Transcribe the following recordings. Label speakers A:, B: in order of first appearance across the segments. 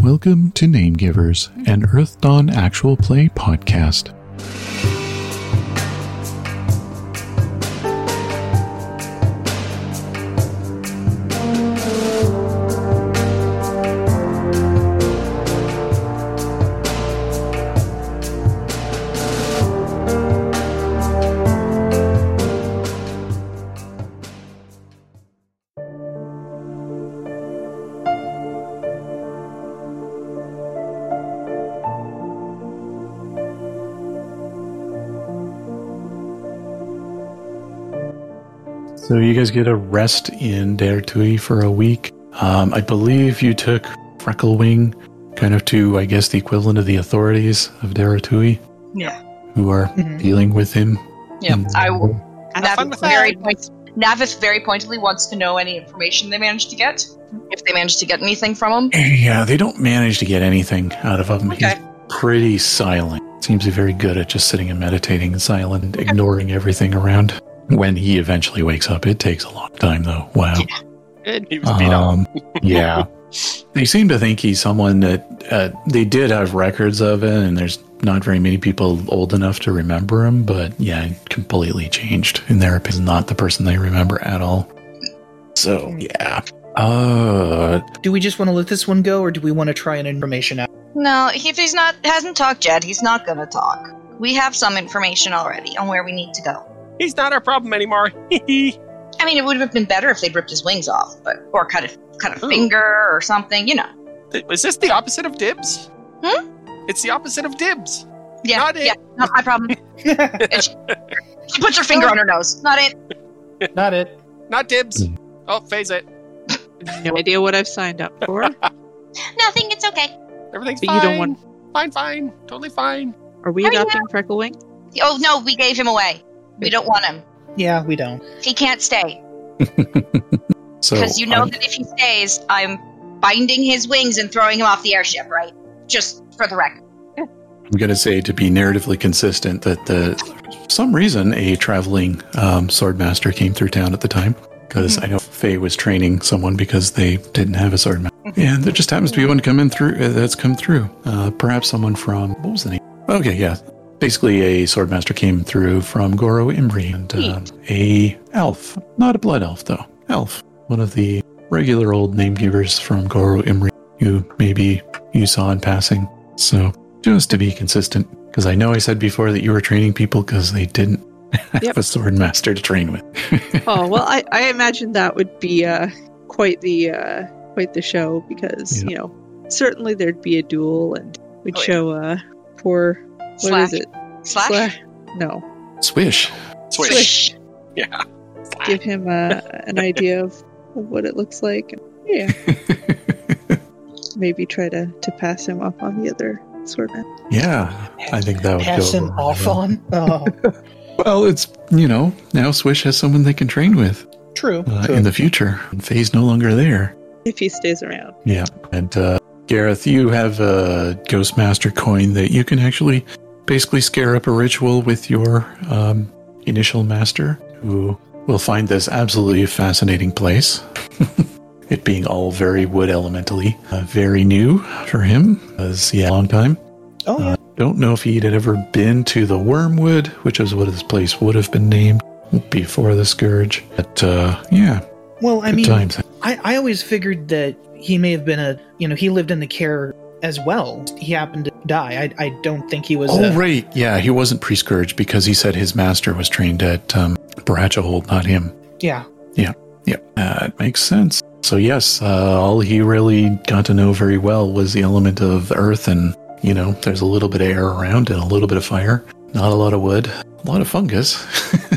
A: Welcome to Name Givers, an Earth Dawn actual play podcast. So you guys get a rest in Dare for a week. Um, I believe you took Frecklewing, kind of to, I guess, the equivalent of the authorities of Dare
B: Yeah. Mm-hmm.
A: who are
C: Mhm.
A: dealing with him.
B: Yeah.
A: in-
C: I will-
B: Have fun
C: Navis
B: with
C: very,
B: that.
C: point, Navis very pointedly wants to know any information they managed to get, if they managed to get anything from him.
A: Yeah, they don't manage to get anything out of him. He's pretty silent. Seems to be very good at just sitting and meditating in silence, and ignoring everything around. When he eventually wakes up, it takes a long time, though. Wow.
B: Good.
D: He was beat up.
A: Um, yeah. They seem to think he's someone that uh, they did have records of it, and there's not very many people old enough to remember him, but yeah, completely changed in their opinion. Not the person they remember at all. So, yeah. Uh,
E: Do we just want to let this one go, or do we want to try an information out?
C: No, he- if he's not hasn't talked yet, he's not gonna talk. We have some information already on where we need to go.
D: He's not our problem anymore.
C: I mean, it would have been better if they'd ripped his wings off, but or cut a cut a
D: Ooh.
C: finger or something, you know.
D: Is this the opposite of dibs?
C: Hmm?
D: It's the opposite of dibs.
C: Yeah,
D: Not it.
C: yeah, not my problem. And she, she puts her finger on her nose. Not it.
F: Not it.
D: Not dibs.
A: Hmm.
D: Oh, phase it.
B: No idea what I've signed up for.
C: Nothing. It's okay.
D: Everything's
B: But
D: fine.
B: you don't want-
D: Fine, fine. Totally fine.
B: Are we
C: How do you
B: adopting Frecklewing?
C: Oh no, we gave him away. We don't want him.
E: Yeah, we don't.
C: He can't stay.
A: so
C: Because you know
A: um,
C: that if he stays, I'm binding his wings and throwing him off the airship, right? Just for the record.
A: I'm going to say to be narratively consistent that the for some reason a traveling um, swordmaster came through town at the time because I know Faye was training someone because they didn't have a swordmaster, and there just happens to be one coming through uh, that's come through. Uh, perhaps someone from what was the name? Okay, yeah. Basically, a swordmaster came through from Goro Imri and um, a elf, not a blood elf though, elf, one of the regular old name givers from Goro Imri, who maybe you saw in passing. So just to be consistent, because I know I said before that you were training people because they didn't have
B: Yep.
A: a sword master to train with.
B: Oh well, I, I imagine that would be uh, quite the uh, quite the show because
A: Yeah.
B: you know certainly there'd be a duel and we'd
C: Oh, yeah.
B: show uh, poor what is
C: Slash.
B: it
C: Slash?
B: Sla- no
A: Swish.
D: Swish.
C: Swish.
D: Yeah.
B: give him uh, an idea of what it looks like. Yeah, maybe try to to pass him off on the other swordman.
A: yeah, I think that would
E: Pass
A: go
E: him
A: over
E: off
A: well.
E: on. Oh,
A: Well, it's you know now Swish has someone they can train with
E: true.
A: uh,
E: true.
A: in the future. And Faye's no longer there.
B: If he stays around,
A: Yeah, and uh, Gareth, you have a ghost master coin that you can actually basically scare up a ritual with your um, initial master, who will find this absolutely fascinating place. it being all very wood elementally, uh, very new for him, as yeah, long time.
E: oh, yeah.
A: Uh, don't know if he'd had ever been to the Wormwood, which is what this place would have been named before the Scourge. But uh, yeah,
E: well, I
A: good
E: mean,
A: times.
E: I, I always figured that he may have been a, you know, he lived in the care as well. He happened to die. I, I don't think he was.
A: Oh,
E: a,
A: right. Yeah, he wasn't pre scourged because he said his master was trained at um, Barachohold, not him.
E: Yeah.
A: Yeah, that makes sense. So, yes, uh, all he really got to know very well was the element of earth, and, you know, there's a little bit of air around and a little bit of fire, not a lot of wood, a lot of fungus.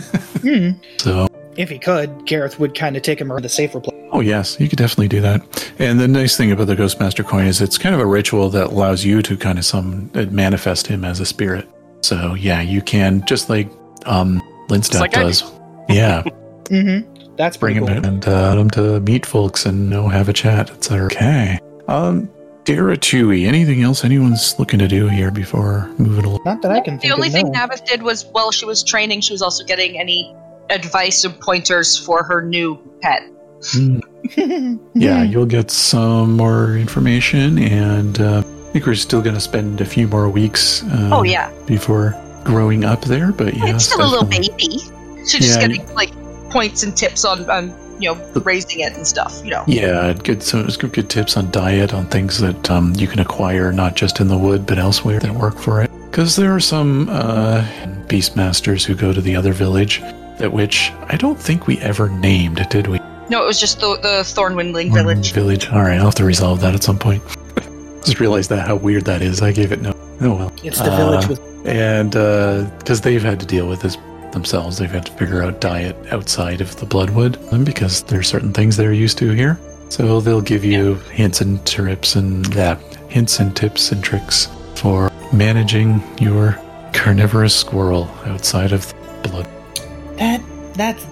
E: Hmm.
A: so,
E: If he could, Gareth would kind of take him around the safer place.
A: Oh, yes, you could definitely do that. And the nice thing about the Ghostmaster coin is it's kind of a ritual that allows you to kind of some manifest him as a spirit. So, yeah, you can, just like um, Lindstat
D: Just like I
A: does. Yeah,
E: Mm-hmm. That's
A: bring
E: pretty
A: him
E: cool.
A: in and uh, let him to meet folks and you know, have a chat, etc. Okay. Um, Daratui, anything else anyone's looking to do here before moving along?
E: Not that I can think
C: The only
E: of,
C: thing
E: no.
C: Navis did was, while she was training, she was also getting any advice or pointers for her new pet.
A: Hmm,
B: Hmm.
A: Yeah, you'll get some more information, and uh, I think we're still going to spend a few more weeks.
E: Mm,
A: Um,
C: oh yeah,
A: Before growing up there, but yeah,
C: it's still a little
A: definitely.
C: baby. She's just
A: Yeah,
C: getting like points and tips on, on you know raising it and stuff. You know.
A: Yeah, good. So it's good, good tips on diet, on things that um, you can acquire not just in the wood but elsewhere that work for it. Because there are some uh, beast masters who go to the other village, that which I don't think we ever named, did we?
C: No, it was just the the Thornwindling village.
A: Village. All right, I'll have to resolve that at some point. just realized that how weird that is. I gave it no. Oh well.
E: it's the village
A: Uh,
E: with
A: and because they've had to deal with this themselves they've had to figure out diet outside of the bloodwood um, because there's certain things they're used to here so they'll give you hints and tips and that hints and tips and tricks for managing your carnivorous squirrel outside of the blood
E: that. That's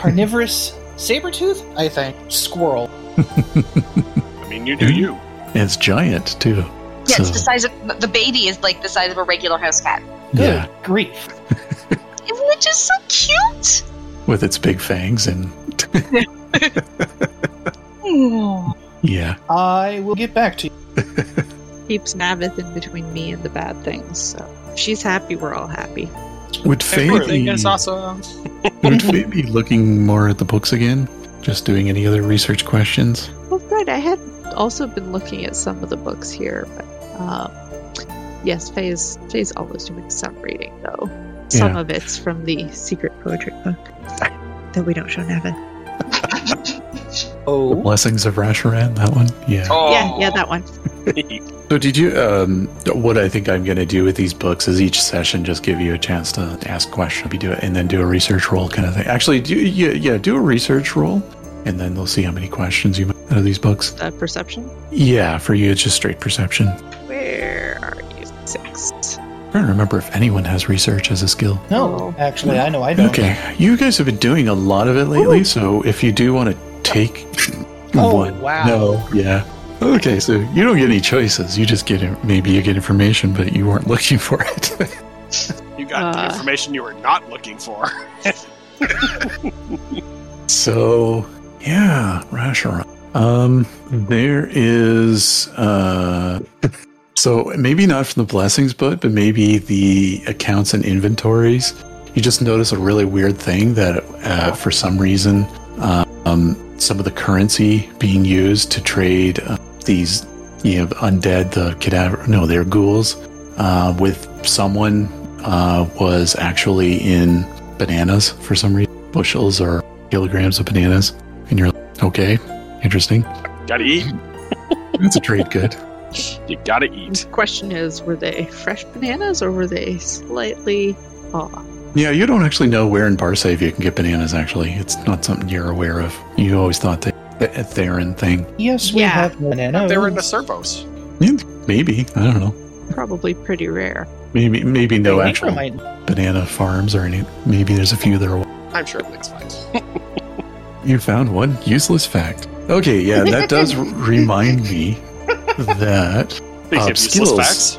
E: carnivorous sabertooth. I think squirrel.
D: I mean, you
A: Hmm.
D: do you.
A: it's giant too
C: Yeah, it's
A: So,
C: the size of the baby is like the size of a regular house cat,
E: Good
A: yeah
E: grief.
C: which is so cute.
A: with its big fangs and
C: Aw.
A: yeah
E: I will get back to you.
B: Keeps Navith in between me and the bad things. So if she's happy, we're all happy.
A: would faye
D: Everything
A: be,
D: is awesome.
A: would faye be looking more at the books again just doing any other research questions
B: Well, good. I had also been looking at some of the books here, but um, yes, Faye is Faye's always doing some reading though. Some
A: Yeah.
B: of it's from the secret poetry book that we don't show Navin.
A: The
E: Oh,
A: Blessings of Rasharan, that one? Yeah.
D: Oh.
B: Yeah, yeah, that one.
A: So, did you, um, what I think I'm going to do with these books is each session just give you a chance to ask questions, you do it, and then do a research roll kind of thing. Actually, do yeah, yeah, do a research roll, and then they'll see how many questions you might out of these books.
B: The perception.
A: Yeah, for you, it's just straight perception. I'm
B: Where are you? Six.
A: trying to remember if anyone has research as a skill.
E: no. Actually, I know I don't.
A: Okay, you guys have been doing a lot of it lately, so if you do want to take
E: Oh,
A: one,
E: wow.
A: no, yeah. Okay, so you don't get any choices. You just get in- maybe you get information, but you weren't looking for it.
D: You got the
B: Uh.
D: information you were not looking for.
A: so yeah, Rasharon. Um, there is uh, so maybe not from the blessings, but but maybe the accounts and inventories. You just notice a really weird thing that uh, for some reason um, some of the currency being used to trade uh, these you know undead the cadaver no they're ghouls uh, with someone uh, was actually in bananas for some reason bushels or kilograms of bananas and you're like, okay interesting
D: Gotta eat.
A: it's a trade good
D: You gotta eat.
B: The question is, were they fresh bananas or were they slightly off?
A: yeah you don't actually know where in Barsave you can get bananas actually it's not something you're aware of you always thought that a Theron thing
E: Yes, we
B: Yeah.
E: have banana.
D: They were in the servos.
A: maybe I don't know
B: Probably pretty rare.
A: maybe maybe no
E: They
A: actual
E: might-
A: banana farms or any maybe there's a few that are
D: I'm sure everything's fine.
A: You found one useless fact. Okay, yeah, that does r- remind me that
D: They
A: Uh,
D: give useless
A: skills.
D: facts.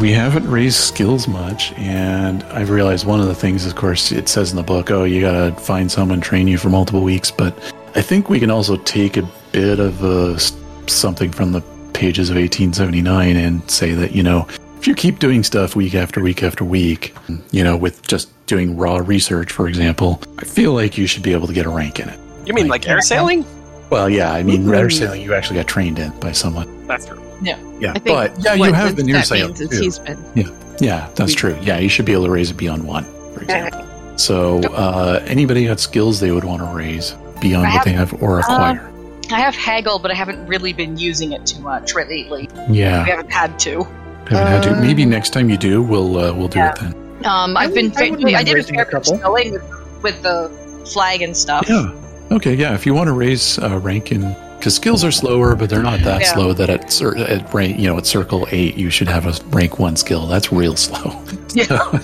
A: we haven't raised skills much, and I've realized one of the things, of course, it says in the book, oh, you gotta find someone, train you for multiple weeks, but I think we can also take a bit of a, s- something from the pages of 1879 and say that, you know, if you keep doing stuff week after week after week, you know, with just doing raw research, for example, I feel like you should be able to get a rank in it.
D: You mean like air sailing?
A: Well, yeah, I
B: Mm-hmm.
A: mean,
E: Ooh.
A: air sailing you actually got trained in by someone.
D: That's true.
A: Yeah,
B: I think
A: but yeah, you
B: what
A: have been air
B: that
A: sailing
B: means is
A: too.
B: he's been
A: Yeah, that's true. Yeah, you should be able to raise it beyond one, for example. So, uh, anybody got skills they would want to raise beyond what they have or acquire?
C: I have haggle, but I haven't really been using it too much lately.
A: yeah,
C: We haven't had to.
A: haven't had to.
E: uh,
A: Maybe next time you do, we'll uh, we'll do it then.
C: Um,
E: I
C: I've been.
E: wouldn't- I wouldn't
C: I,
E: mind
C: did a
E: raising
C: fair
E: a
C: bit of
E: couple.
C: sailing with, with the flag and stuff.
A: Yeah. Okay. Yeah. If you want to raise uh, rank in, because skills are slower, but they're not that
C: Yeah.
A: slow that at cir- at rank you know at circle eight you should have a rank one skill. That's real slow.
C: Yeah.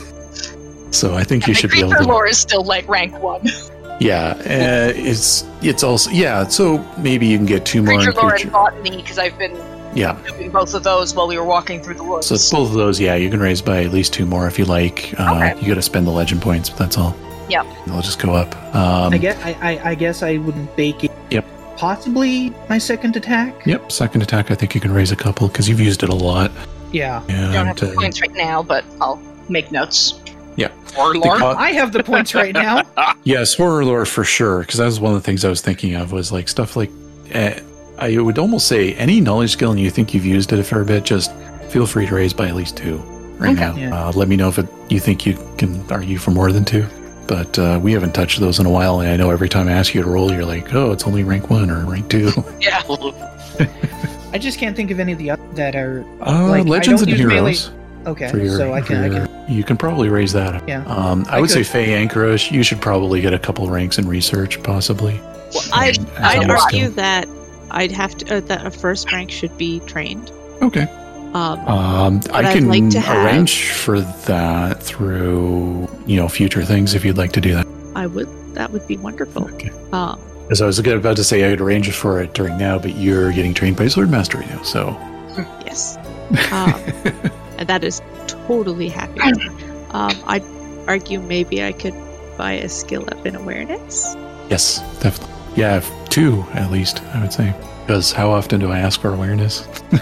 A: so I think you
C: And the
A: should be able
C: creature
A: to.
C: lore is still like rank one.
A: Yeah, uh, it's it's also yeah. So maybe you can get two more.
C: creature
A: in
C: lore and
A: creature-
C: botany because I've been
A: Yeah,
C: doing both of those while we were walking through the woods.
A: so it's both of those. Yeah, you can raise by at least two more if you like. Uh, You got to spend the legend points, but that's all.
C: Yep.
A: They'll just go up. Um,
E: I guess I, I, I guess I wouldn't bake it.
A: Yep.
E: Possibly my second attack.
A: Yep, second attack. I think you can raise a couple because you've used it a lot.
E: Yeah.
A: And,
C: Don't have the
A: uh,
C: points right now, but I'll make notes.
D: Or
A: the
D: Lorne?
A: co-
E: I have the points right now.
A: Yes, horror lore for sure. Because that was one of the things I was thinking of was like stuff like eh, I would almost say any knowledge skill and you think you've used it a fair bit, just feel free to raise by at least two right
C: Okay.
A: now.
E: Yeah.
A: Uh, let me know if it, you think you can argue for more than two. But uh, we haven't touched those in a while, and I know every time I ask you to roll, you're like, "Oh, it's only rank one or rank two. Uh,
C: Yeah.
E: I just can't think of any of the oth- that are
A: Uh,
E: Like, I
A: Legends
E: don't
A: and
E: use melee-
A: Heroes.
E: okay.
A: for your-
E: so I
A: for
E: can, I
A: your-
E: can.
A: You can probably raise that. up.
E: Yeah.
A: Um, I,
E: I
A: would say
E: could.
A: Faye Ankarosh. You should probably get a couple ranks in research, possibly.
C: Well, I
A: Um, as
B: I'd
A: a skill.
B: argue that I'd have to uh, that a first rank should be trained.
A: Okay.
B: Um,
A: Um,
B: But
A: I
B: I'd
A: can
B: like to have-
A: arrange for that through you know future things if you'd like to do that.
B: I would. That would be wonderful.
A: Okay.
B: Um,
A: As I was about to say, I would arrange for it during now, but you're getting trained by Sword Master right now, so
B: yes. Um, and that is totally happy. Um, I'd argue maybe I could buy a skill up in awareness.
A: yes, definitely. Yeah, if two at least, I would say. Because how often do I ask for awareness?
B: Uh,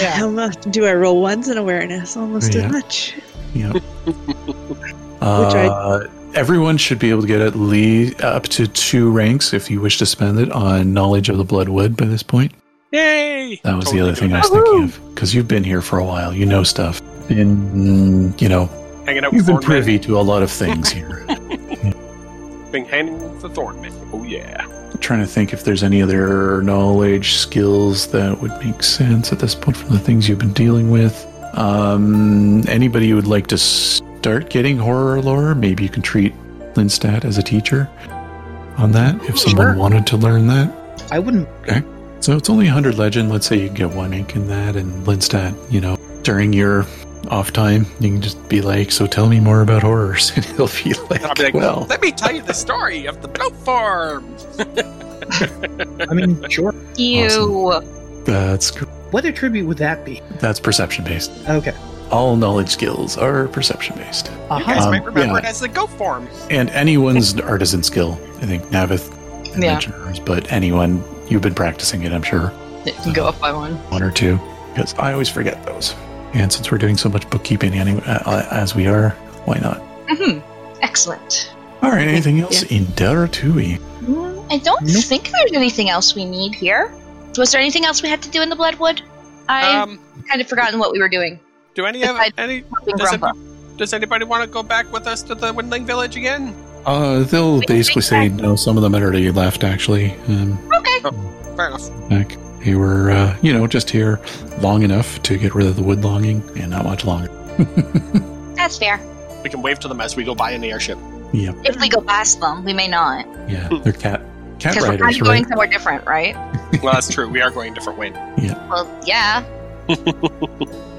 E: Yeah.
B: How much do I roll ones in awareness? Almost
A: Yeah.
B: as much.
A: Yeah.
B: I-
A: uh, everyone should be able to get at least up to two ranks if you wish to spend it on knowledge of the Bloodwood by this point.
D: Yay!
A: That was
D: Totally
A: the other
D: good.
A: thing I was thinking of because you've been here for a while. You know stuff. And you know
D: Hanging out
A: you've
D: with
A: been
D: Thornman.
A: privy to a lot of things here.
D: Been hanging with the Thornman. Oh, yeah.
A: I'm trying to think if there's any other knowledge skills that would make sense at this point from the things you've been dealing with. Um, anybody who would like to start getting horror lore, maybe you can treat Linstat as a teacher on that if someone
E: Sure.
A: wanted to learn that.
E: I wouldn't.
A: So it's only 100 legend. Let's say you get one ink in that, and Linstat, you know, during your off time, you can just be like, So tell me more about horrors. And he'll be like,
D: And I'll be like,
A: Well,
D: let me tell you the story of the Bloat Farm.
E: I mean, sure.
C: You.
A: that's, cr-
E: What attribute would that be?
A: that's perception based.
E: Okay.
A: All knowledge skills are perception based.
D: You guys
E: Uh-huh.
A: Um,
D: might remember
A: yeah.
D: it as the Goat Farm.
A: And anyone's artisan skill. I think Navith I
C: Yeah.
A: mentioned hers, but anyone, you've been practicing it, I'm sure.
C: Go up by one.
A: one or two because I always forget those. And since we're doing so much bookkeeping anyway, uh, as we are, why not?
C: hmm Excellent.
A: All right. Anything else in Dara Tui?
B: Mm-hmm.
C: Mm, I don't
E: Nope.
C: think there's anything else we need here. Was there anything else we had to do in the Bloodwood? I've
D: Um,
C: kind of forgotten what we were doing.
D: do any of
C: besides-
D: any?
C: Helping
D: Does, it,
C: Grumpa.
D: does anybody want to go back with us to the Windling Village again?
A: Uh, they'll
C: We can
A: basically say
C: take
A: no. Some of them had already left, actually. Um,
C: Okay.
D: Fair enough.
A: back. They were, uh, you know, just here long enough to get rid of the wood longing, and not much longer.
C: That's fair.
D: We can wave to them as we go by in the airship.
C: If we go past them, we may not.
A: Yeah, they're cat cat
C: Because we're
A: riders,
C: kind of going
A: right?
C: somewhere different, right?
D: well, that's true. We are going a different way.
C: Well, yeah.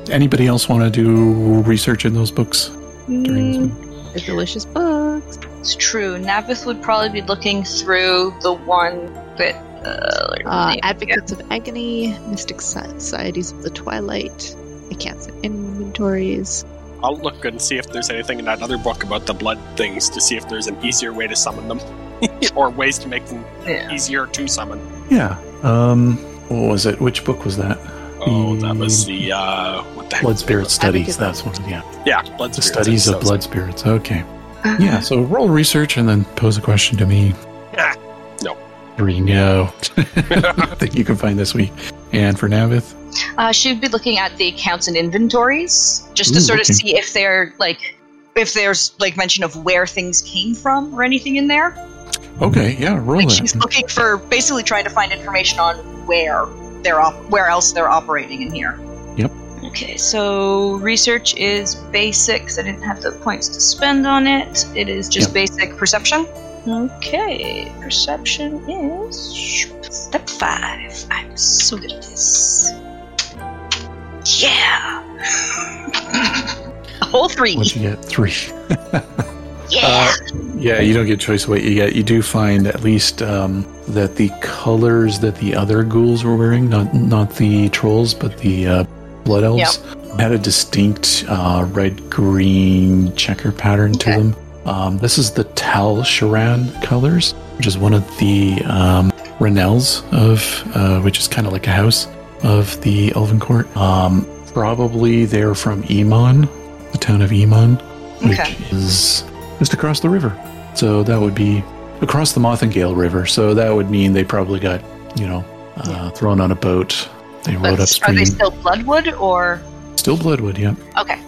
A: Anybody else want to do research in those books during this week?
B: The delicious books.
C: Mm, It's true. Navith would probably be looking through the one that. Uh,
B: Uh, Advocates of Agony, Mystic Societies of the Twilight, Accounts and Inventories.
D: I'll look and see if there's anything in that other book about the blood things to see if there's an easier way to summon them, or ways to make them
C: Yeah.
D: easier to summon.
A: E Yeah. Um, what was it? Which book was that?
D: Oh, that was the uh, what the heck?
A: Blood Spirit Studies.
B: it's-
A: That's one. Yeah.
D: Yeah, blood
A: The
D: spirits,
A: studies
D: that
A: of
D: sounds-
A: blood spirits. Okay. Yeah. So roll research and then pose a question to me.
D: Ah, no.
A: Three no. I think you can find this week. And for Navith,
C: Uh, she'd be looking at the accounts and inventories just to
A: Ooh,
C: sort of
A: okay.
C: see if they're like if there's like mention of where things came from or anything in there.
A: okay, yeah, roll
C: Like
A: it.
C: she's looking for basically trying to find information on where they're op- where else they're operating in here.
A: Yep.
C: Okay, so research is basics. I didn't have the points to spend on it. It is just
A: Yep.
C: basic perception. Okay, perception is step five. I'm so good at this. Yeah. A whole three.
A: What'd you get? Three.
C: yeah.
A: Uh, yeah, you don't get choice of what you get. You do find at least um, that the colors that the other ghouls were wearing, not not the trolls, but the uh, blood elves, had a distinct uh, red green checker pattern
C: Okay.
A: to them. Um, this is the Tal Sharan colors, which is one of the um, Renels of, uh, which is kind of like a house of the Elven Court. Um, probably they're from Emon, the town of Emon, which
C: Okay.
A: is just across the river. So that would be across the Mothengale River. So that would mean they probably got, you know, uh, thrown on a boat. They rode
C: But
A: upstream.
C: are they still Bloodwood or
A: Still Bloodwood, yeah.
C: Okay.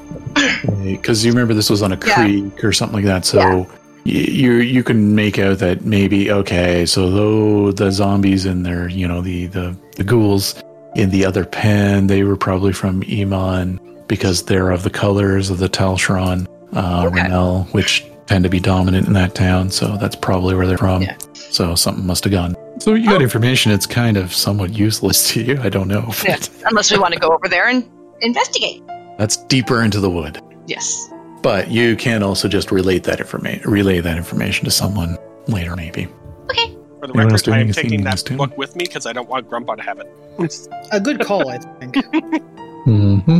A: Because you remember this was on a
C: Yeah.
A: creek or something like that, so y- you you can make out that maybe okay, so though the zombies and their you know the the the ghouls in the other pen, they were probably from Iman because they're of the colors of the Talshron uh,
C: Okay.
A: Renel, which tend to be dominant in that town, so that's probably where they're from.
E: Yeah.
A: So something must have gone. So you
C: Oh.
A: got information. It's kind of somewhat useless to you. I don't know. But
C: Yeah. unless we want to go over there and investigate?
A: That's deeper into the wood.
C: Yes.
A: But you can also just relate that information, relay that information to someone later, maybe.
D: For the
A: Anyone else
D: record,
A: doing
D: I am
A: anything
D: taking
A: in
D: that
A: this tomb?
D: book with me because I don't want Grumpa to have it.
E: A good call, I think.
A: Mm-hmm.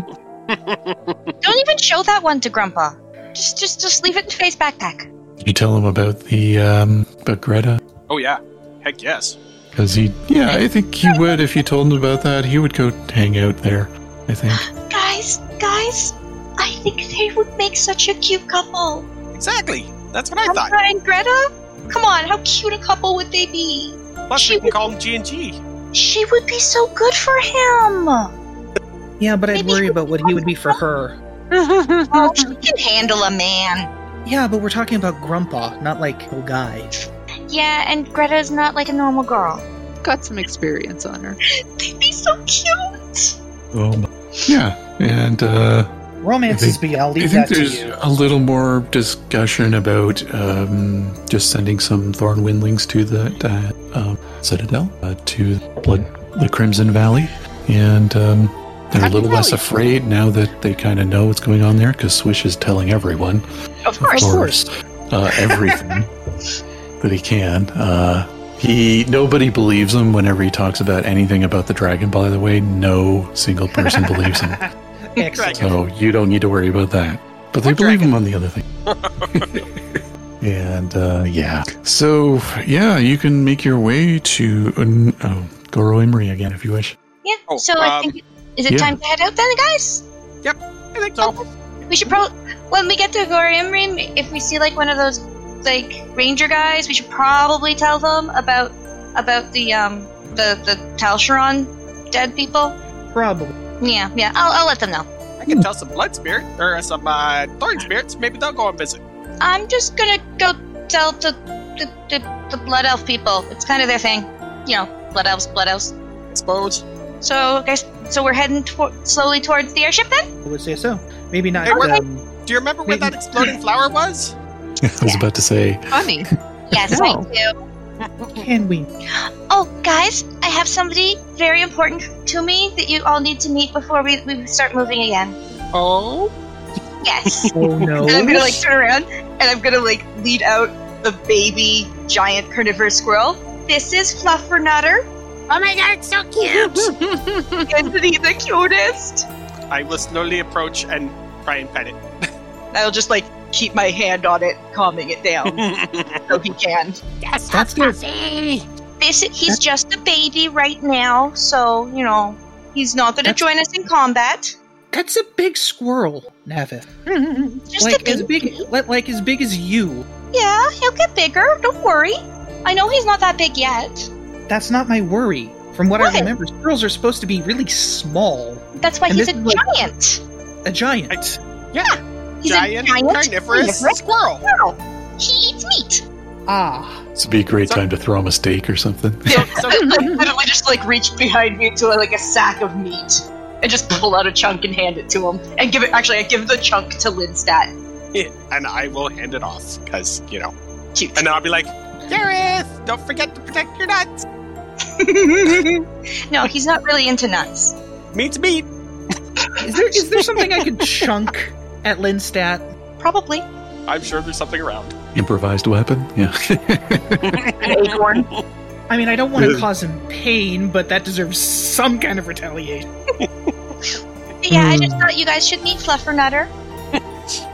C: Don't even show that one to Grandpa. Just just just leave it in Faye's backpack.
A: You tell him about the um, about Greta,
D: Oh yeah, heck yes.
A: because he, yeah, I think he would if you told him about that. He would go hang out there. I think.
C: Guys, guys, I think they would make such a cute couple.
D: Exactly. That's what I thought.
C: Grandpa and Greta? Come on, how cute a couple would they be?
D: Plus,
C: she
D: we can
C: would-
D: call him G and G.
C: She would be so good for him.
E: Yeah, but I'd
C: Maybe
E: worry
C: you-
E: about what he would be for her.
C: Oh, she can handle a man.
E: Yeah, but we're talking about Grumpa, not like a guy.
C: Yeah, and Greta's not like a normal girl.
B: Got some experience on her.
C: They'd be so cute.
A: Um, yeah, and uh, I
E: Romances
A: think-
E: be, I'll
A: I
E: leave
A: think
E: that to
A: there's
E: you.
A: a little more discussion about um, just sending some Thorn Windlings to the uh, um, Citadel, uh, to Blood, the Crimson Valley, and um, they're a
D: Happy
A: little less
D: Valley.
A: afraid now that they kind of know what's going on there because Swish is telling everyone
C: Of course.
E: course.
A: uh, everything that he can. Uh, he nobody believes him whenever he talks about anything about the dragon. By the way, no single person believes him,
E: Excellent.
A: so you don't need to worry about that. But they
D: What
A: believe him on the other thing. and uh, yeah, so yeah, you can make your way to uh, oh, Goro Emery again if you wish.
C: Yeah.
D: Oh,
C: so I
D: um,
C: think is it
A: yeah.
C: time to head out then, guys?
D: I think so.
C: We should probably when we get to Gorimrim, if we see like one of those like ranger guys, we should probably tell them about about the um the the Talsharon dead people.
E: Probably.
C: Yeah, yeah. I'll, I'll let them know.
D: I can tell some blood spirit or some uh, thorn spirits. Maybe they'll go and visit.
C: I'm just gonna go tell the the, the, the blood elf people. It's kind of their thing, you know. Blood elves, blood elves.
D: I suppose.
C: So, guys, so we're heading to- slowly towards the airship then.
E: I would say so. Maybe not.
D: Hey, we're-
E: um,
D: Do you remember where that exploding flower was?
A: I was about to say
B: Funny.
C: Yes,
B: No.
C: I do.
E: can we?
C: Oh, guys, I have somebody very important to me that you all need to meet before we, we start moving again.
D: Oh,
C: Yes.
E: Oh no.
C: And I'm gonna like turn around and I'm gonna like lead out the baby giant carnivorous squirrel. This is Fluffernutter.
F: Oh my god, it's so cute!
C: Isn't he the cutest?
D: I will slowly approach and try and pet
C: I'll just like keep my hand on it, calming it
D: Oh.
C: down
D: it.
C: so he can.
F: That's so fluffy!
C: This he's just a baby right now, so you know he's not gonna
E: That's-
C: join us in combat.
E: That's a big squirrel, Navith.
C: Just
E: like
C: a baby.
E: as big, li- like as big as you.
C: Yeah, he'll get bigger. Don't worry. I know he's not that big yet.
E: That's not my worry. From what,
C: What?
E: I remember, squirrels are supposed to be really small.
C: That's why
E: And
C: he's a
E: this is like-
C: giant.
E: A giant.
C: He's
D: giant,
C: a giant
D: carnivorous squirrel.
C: squirrel. He eats meat.
E: Ah.
A: this would be a great time to throw him a steak or something.
D: So, so
C: literally just like reach behind me to like a sack of meat and just pull out a chunk and hand it to him and give it actually i give the chunk to linstat
D: and I will hand it off because you know.
C: Cute.
D: And then I'll be like, Gareth, don't forget to protect your nuts.
C: no he's not really into nuts
D: Meat's meat.
E: Is there is there something I could chunk at Linstat?
C: probably
D: I'm sure there's something around.
A: Improvised weapon, yeah.
C: an acorn
E: I mean, I don't want to
A: Yeah.
E: cause him pain, but that deserves some kind of retaliation.
C: yeah
E: Hmm.
C: i just thought you guys should meet fluffernutter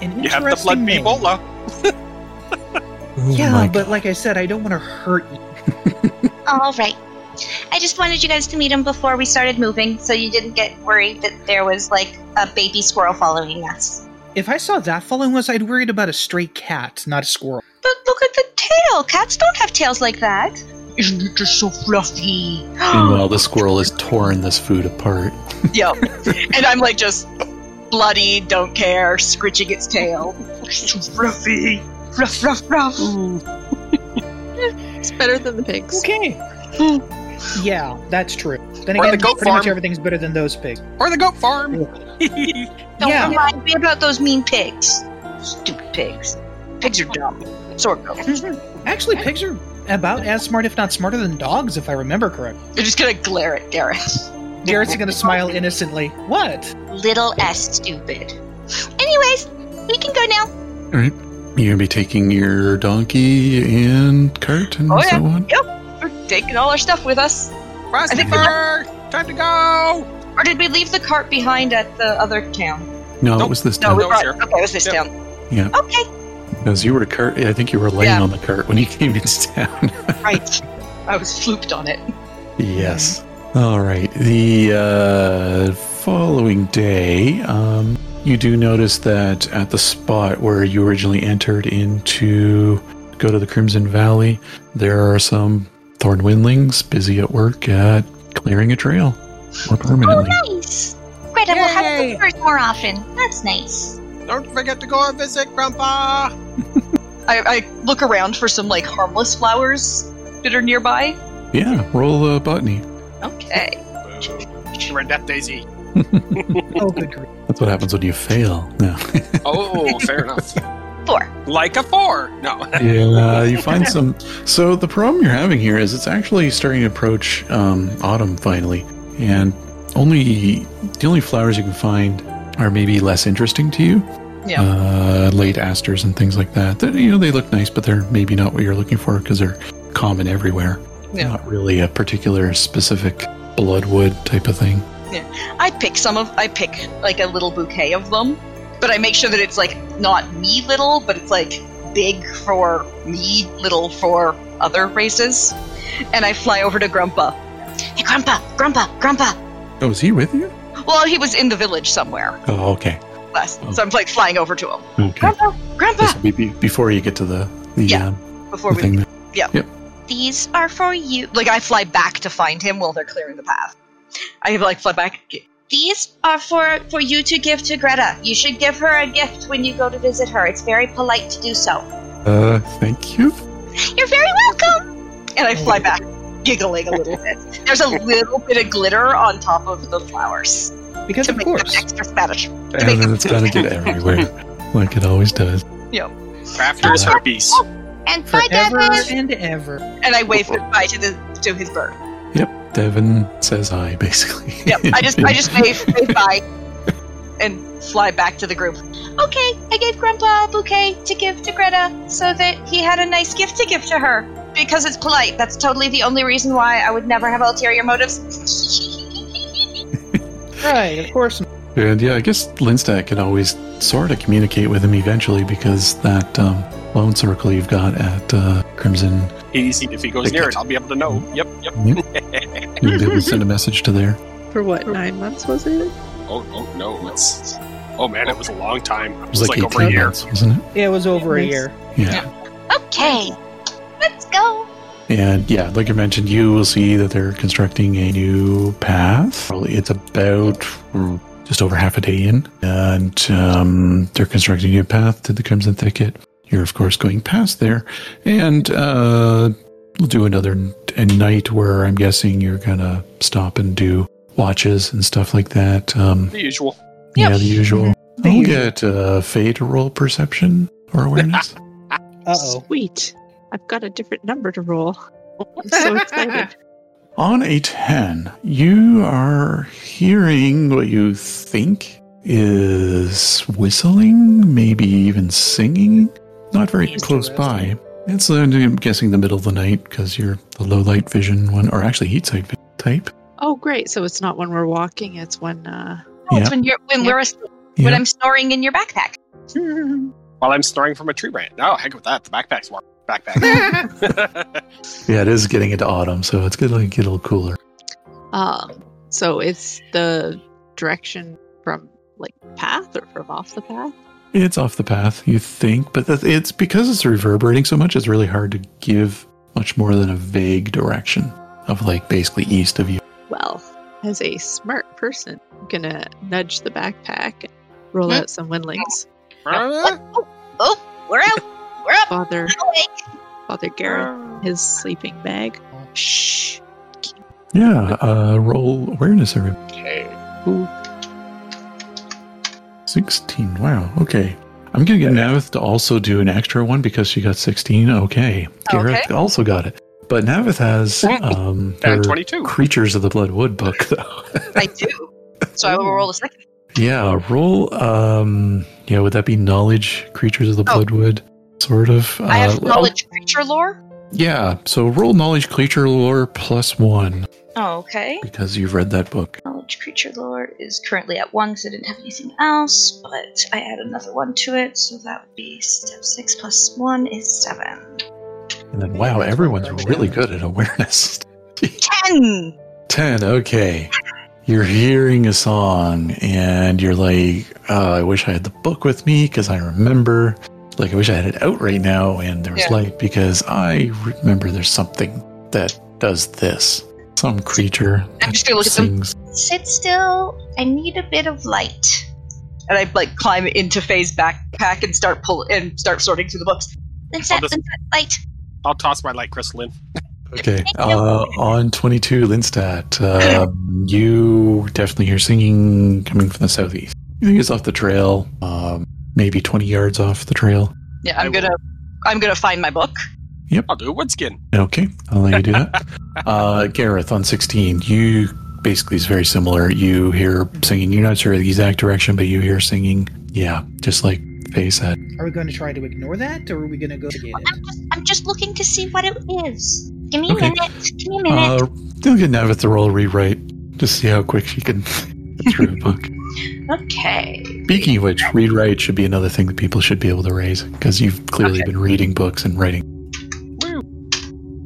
E: An
D: You have the
E: interesting
D: blood uh,
E: name.
D: Ebola.
A: Oh
E: yeah,
A: my
E: but like I said, I don't want to hurt you.
C: All right. I just wanted you guys to meet him before we started moving, so you didn't get worried that there was like a baby squirrel following us.
E: If I saw that following us, I'd worried about a stray cat, not a squirrel.
C: But look at the tail. Cats don't have tails like that. Isn't it just so fluffy?
A: Meanwhile, the squirrel is torn this food apart.
G: Yep. and I'm like just bloody, don't care, scritching its tail.
C: so fluffy. Ruff, ruff, ruff.
B: It's better than the pigs.
E: Okay. Hmm. yeah, that's true. Then
D: Or the
E: again,
D: goat
E: pretty much
D: farm.
E: everything's better than those pigs.
D: Or the goat farm.
C: Don't
E: Yeah.
C: remind me about those mean pigs. Stupid pigs.
G: Pigs are dumb. So are goats.
E: Actually, pigs are about as smart, if not smarter, than dogs, if I remember correctly.
G: They're just gonna glare at Garrett.
E: Garrett's gonna smile innocently. What?
C: Little s stupid. Anyways, we can go now.
A: All right. You're gonna be taking your donkey and cart and
G: Oh,
A: so
G: yeah.
A: on.
G: We're taking all our stuff with us.
D: Christopher, time to go.
C: Or did we leave the cart behind at the other town?
A: No, it
D: Nope.
A: was this
G: No,
A: time
G: we
D: No,
G: brought.
D: sure.
G: Okay, it was this
D: Yep.
G: town.
C: Okay.
A: because you were cart. I think you were laying
G: Yeah.
A: on the cart when you came into town.
G: Right. I was flooped on it.
A: yes. All right. The uh, following day, um, you do notice that at the spot where you originally entered into go to the Crimson Valley, there are some thorn windlings busy at work at clearing a trail more
C: Oh,
A: permanently.
C: nice. Greta, we'll have
D: Yay.
C: visitors more often. That's nice.
D: Don't forget to go and visit Grandpa.
G: I, I look around for some like harmless flowers that are nearby.
A: Yeah. Roll uh, botany.
G: Okay.
D: She ran that daisy.
E: Oh, good grief.
A: That's what happens when you fail. No.
D: Oh, fair enough.
C: Four.
D: Like a four. No.
A: yeah, uh, you find some. So the problem you're having here is it's actually starting to approach um, autumn finally, and only the only flowers you can find are maybe less interesting to you.
G: Yeah.
A: Uh, late asters and things like that. They're, you know, they look nice, but they're maybe not what you're looking for because they're common everywhere.
G: Yeah.
A: Not really a particular specific bloodwood type of thing.
G: I pick some of I pick like a little bouquet of them, but I make sure that it's like not me little, but it's like big for me, little for other races. And I fly over to Grumpa.
C: Hey, Grandpa, Grandpa, Grandpa.
A: Oh, is he with you?
G: Well, he was in the village somewhere
A: Oh, okay.
G: last, so I'm like flying over to him.
A: Okay.
G: Grandpa, Grandpa,
A: This will be be- before you get to the the,
G: Yeah,
A: um,
G: before
A: the thing.
G: we
A: there.
C: These are for you.
G: like I fly back to find him while they're clearing the path. I like fly back.
C: These are for for you to give to Greta. You should give her a gift when you go to visit her. It's very polite to do so.
A: Uh, thank you.
C: You're very welcome.
G: and I
E: Oh.
G: fly back, giggling a little bit. There's a little bit of glitter on top of the flowers
E: Because
G: to
E: of
G: make them
E: course.
G: extra Spanish. To make
A: and then
G: them-
A: it's gonna get everywhere, like it always does.
D: Crafters herpes.
C: And bye,
E: Forever
C: Devin.
E: and ever.
G: and I wave goodbye to the to his bird.
A: Devin says hi, basically.
G: Yep, I just I just wave, wave bye, and fly back to the group.
C: Okay, I gave Grandpa a bouquet to give to Greta so that he had a nice gift to give to her. Because it's polite. That's totally the only reason why I would never have ulterior motives.
E: Right, of course.
A: and yeah, I guess Lindstad can always sort of communicate with him eventually because that um, loan circle you've got at uh, Crimson,
D: Easy. If he goes near it, I'll be able to know. Yep. Yep.
A: you'll be able to send a message to there.
B: For what, nine months was it?
D: Oh, oh no, it's oh man, it was a long time. It
A: It
D: was, like, over a
A: eighteen
D: year.
A: months, wasn't it?
E: It was over a
B: Yes.
E: year.
A: Yeah.
C: okay, let's go.
A: And yeah, like I mentioned, you will see that they're constructing a new path. Probably it's about mm, just over half a day in, and um, they're constructing a new path to the Crimson Thicket. You're of course going past there, and uh, we'll do another n- a night where I'm guessing you're gonna stop and do watches and stuff like that. Um,
D: The usual.
A: yeah, the usual.
E: The
A: I'll
E: usual.
A: get uh, Faye to roll perception or awareness.
E: Uh oh.
B: Sweet. I've got a different number to roll. I'm so excited.
A: On a 10, you are hearing what you think is whistling, maybe even singing. Not very close by. It's, uh, I'm guessing, the middle of the night because you're the low light vision one, or actually heat sight vi- type.
B: Oh, great. So it's not when we're walking, it's when, uh,
C: Oh,
A: Yeah.
C: It's when you're when we're asleep, when
A: Yeah.
C: I'm snoring in your backpack.
D: While I'm snoring from a tree branch. No, heck with Oh, that. The backpack's warm. backpack.
A: Yeah, it is getting into autumn, so it's going to get a little cooler.
B: Um, so it's the direction from like path or from off the path.
A: It's off the path, you think, but that, it's because it's reverberating so much, it's really hard to give much more than a vague direction of like basically east of you.
B: Well, as a smart person, I'm gonna nudge the backpack, and roll out some windlings.
C: Oh, we're out. We're up.
B: Father,
C: We're awake.
B: Father Garrett, his sleeping bag. Shh.
A: Yeah, uh, roll awareness, everybody.
D: okay.
A: 16, wow, okay. I'm going to get Navith to also do an extra one because she got 16. Okay. Gareth also got it. But Navith has um, her
D: And 22.
A: Creatures of the Blood Wood book, though.
C: I do. So
E: Oh.
C: I will roll a second.
A: Yeah, roll. Um, yeah, would that be knowledge creatures of the
C: Oh.
A: Bloodwood? Sort of.
C: I have
A: Uh, well,
C: knowledge creature lore.
A: yeah, so roll knowledge creature lore plus one
C: Oh, okay.
A: because you've read that book.
C: Knowledge creature lore is currently at one because I didn't have anything else, but I add another one to it, so that would be step six plus one is seven.
A: And then, wow, everyone's really good at awareness.
C: Ten!
A: 10 okay you're hearing a song and you're like oh, i wish i had the book with me because i remember like i wish i had it out right now and there was
G: Yeah.
A: light because i remember there's something that does this some creature
G: I'm just gonna look at them.
A: sings
C: Sit still. I need a bit of light.
G: and I like climb into Faye's backpack and start pull and start sorting through the books.
C: What's
D: I'll
C: that?
D: just-
C: What's that light?
D: I'll toss my light crystal in.
A: okay
C: Thank you.
A: uh, on 22 linstat um, you definitely hear singing coming from the southeast you think it's off the trail um, maybe 20 yards off the trail
G: Yeah, I'm
D: I will.
G: gonna I'm gonna find my book.
D: I'll do a wood skin.
A: Okay, I'll let you do that. uh, Gareth on 16, you basically is very similar. You hear singing. You're not sure of the exact direction, but you hear singing. Yeah, just like Faye said.
E: Are we going to try to ignore that, or are we going to go investigate it?
C: I'm just, I'm just looking to see what it is. Give me a
A: Okay.
C: minute. Give me a minute.
A: Uh, you'll get Navith to roll a rewrite. Just see how quick she can get through a book.
C: okay.
A: Speaking of which, rewrite should be another thing that people should be able to raise because you've clearly been reading books and writing.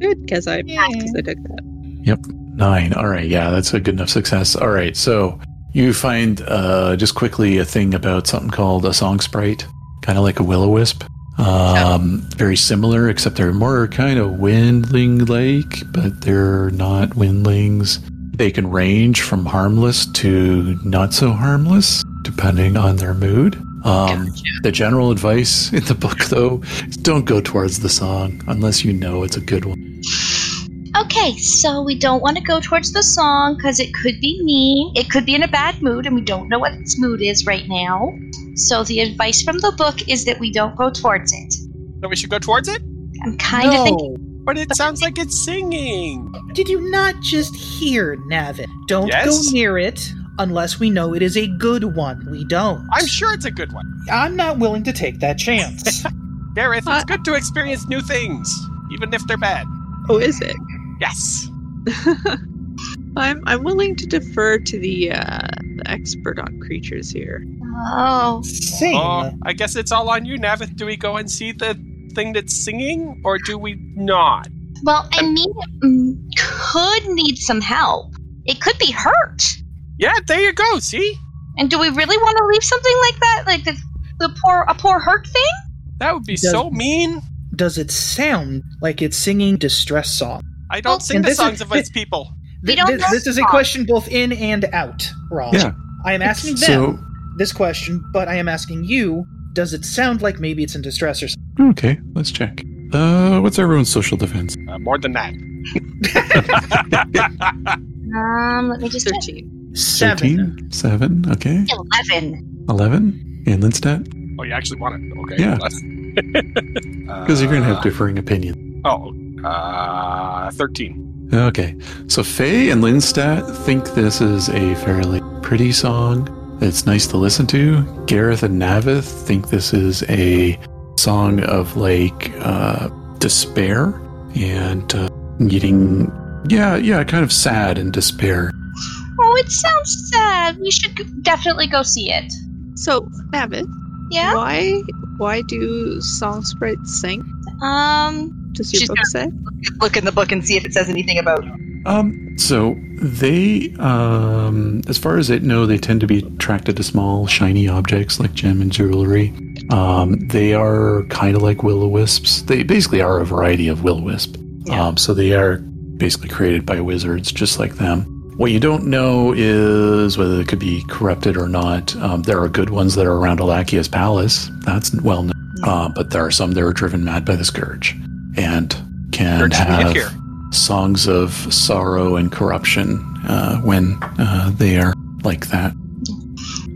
B: Good, because I because I took that.
A: Nine. All right, yeah, that's a good enough success. All right, so you find uh, just quickly a thing about something called a song sprite. kind of like a will o wisp. Um, Very similar, except they're more kind of windling like, but they're not windlings. They can range from harmless to not so harmless, depending on their mood. Um, The general advice in the book, though, is don't go towards the song unless you know it's a good one.
C: Okay, so we don't want to go towards the song because it could be mean. It could be in a bad mood, and we don't know what its mood is right now. So the advice from the book is that we don't go towards it.
D: So we should go towards it?
C: I'm kind of thinking.
D: But it sounds like it's singing.
E: Did you not just hear, Navin? Don't
D: Yes.
E: go near it unless we know it is a good one. We don't.
D: I'm sure it's a good one.
E: I'm not willing to take that chance.
D: Gareth,
B: Uh,
D: it's good to experience new things, even if they're bad.
B: Oh, is it?
D: Yes.
B: I'm I'm willing to defer to the uh, the expert on creatures here.
C: Oh,
E: Same.
D: Oh, I guess it's all on you, Navith. Do we go and see the thing that's singing, or do we not?
C: well, I mean, it mm, could need some help. It could be hurt.
D: Yeah, there you go. See?
C: And do we really want to leave something like that, like the, the poor a poor hurt thing?
D: That would be
E: Does-
D: so mean.
E: Does it sound like it's singing distress song?
D: I don't
C: Well,
D: sing
E: Oh, and
D: the
E: this
D: songs
E: is-
D: of us people.
C: We
E: Th-
C: don't
E: this,
C: know
E: this is a
C: song.
E: question both in and out, Rob.
A: Yeah.
E: I am asking them
A: So,
E: this question, but I am asking you, does it sound like maybe it's in distress or something?
A: okay, let's check. Uh, what's everyone's social defense?
D: Uh, more than that.
C: Um, let me just check.
B: Thirteen.
E: Seven.
A: 13? 7, okay.
C: eleven.
A: 11 in Linstat?
D: Oh, you actually want it? Okay.
A: Yeah. Because
D: Because
A: you're going to have differing opinions.
D: Oh, uh, 13.
A: Okay. So Faye and Linstat think this is a fairly pretty song. It's nice to listen to. Gareth and Navith think this is a song of like uh, despair and uh, needing, yeah, yeah, kind of sad and despair.
C: Oh, it sounds sad. We should g- definitely go see it.
B: So, Navit,
C: Yeah.
B: why why do song sprites sing?
C: Um,
B: Does your
G: She's
B: book
G: got-
B: say?
G: Look in the book and see if it says anything about.
A: Um, so they, um, as far as I know, they tend to be attracted to small, shiny objects like gem and jewelry. Um, they are kind of like will o wisps. They basically are a variety of will o wisp. Um, so they are basically created by wizards, just like them. What you don't know is whether they could be corrupted or not. Um, there are good ones that are around Alakia's palace. That's well known.
D: Hmm.
A: Uh, but there are some that are driven mad by the scourge and can
D: Scourge, get
A: have
D: here.
A: songs of sorrow and corruption uh, when uh, they are like that.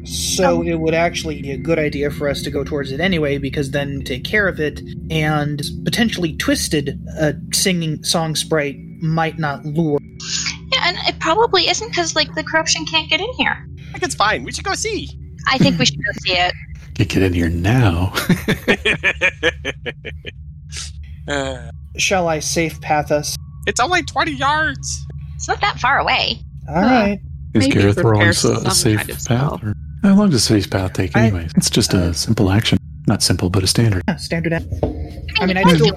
E: So it would actually be a good idea for us to go towards it anyway, because then take care of it, and potentially twisted uh, singing song sprite might not lure.
C: yeah, and it probably isn't because like the corruption can't get in here.
D: I think it's fine. We should go see.
C: I think we should go see it.
A: Get get in here now.
D: Uh,
E: Shall I safe path us?
D: it's only 20 yards.
C: It's not that far away.
E: All right.
A: Is
B: Maybe
A: Gareth
B: prepare
A: rolling so,
B: some
A: a safe
B: kind of spell.
A: path? Or, how long does safe path take,
E: I-
A: anyways? it's just a simple action. Not simple, but a standard.
E: Yeah, standard. act. I mean, I still,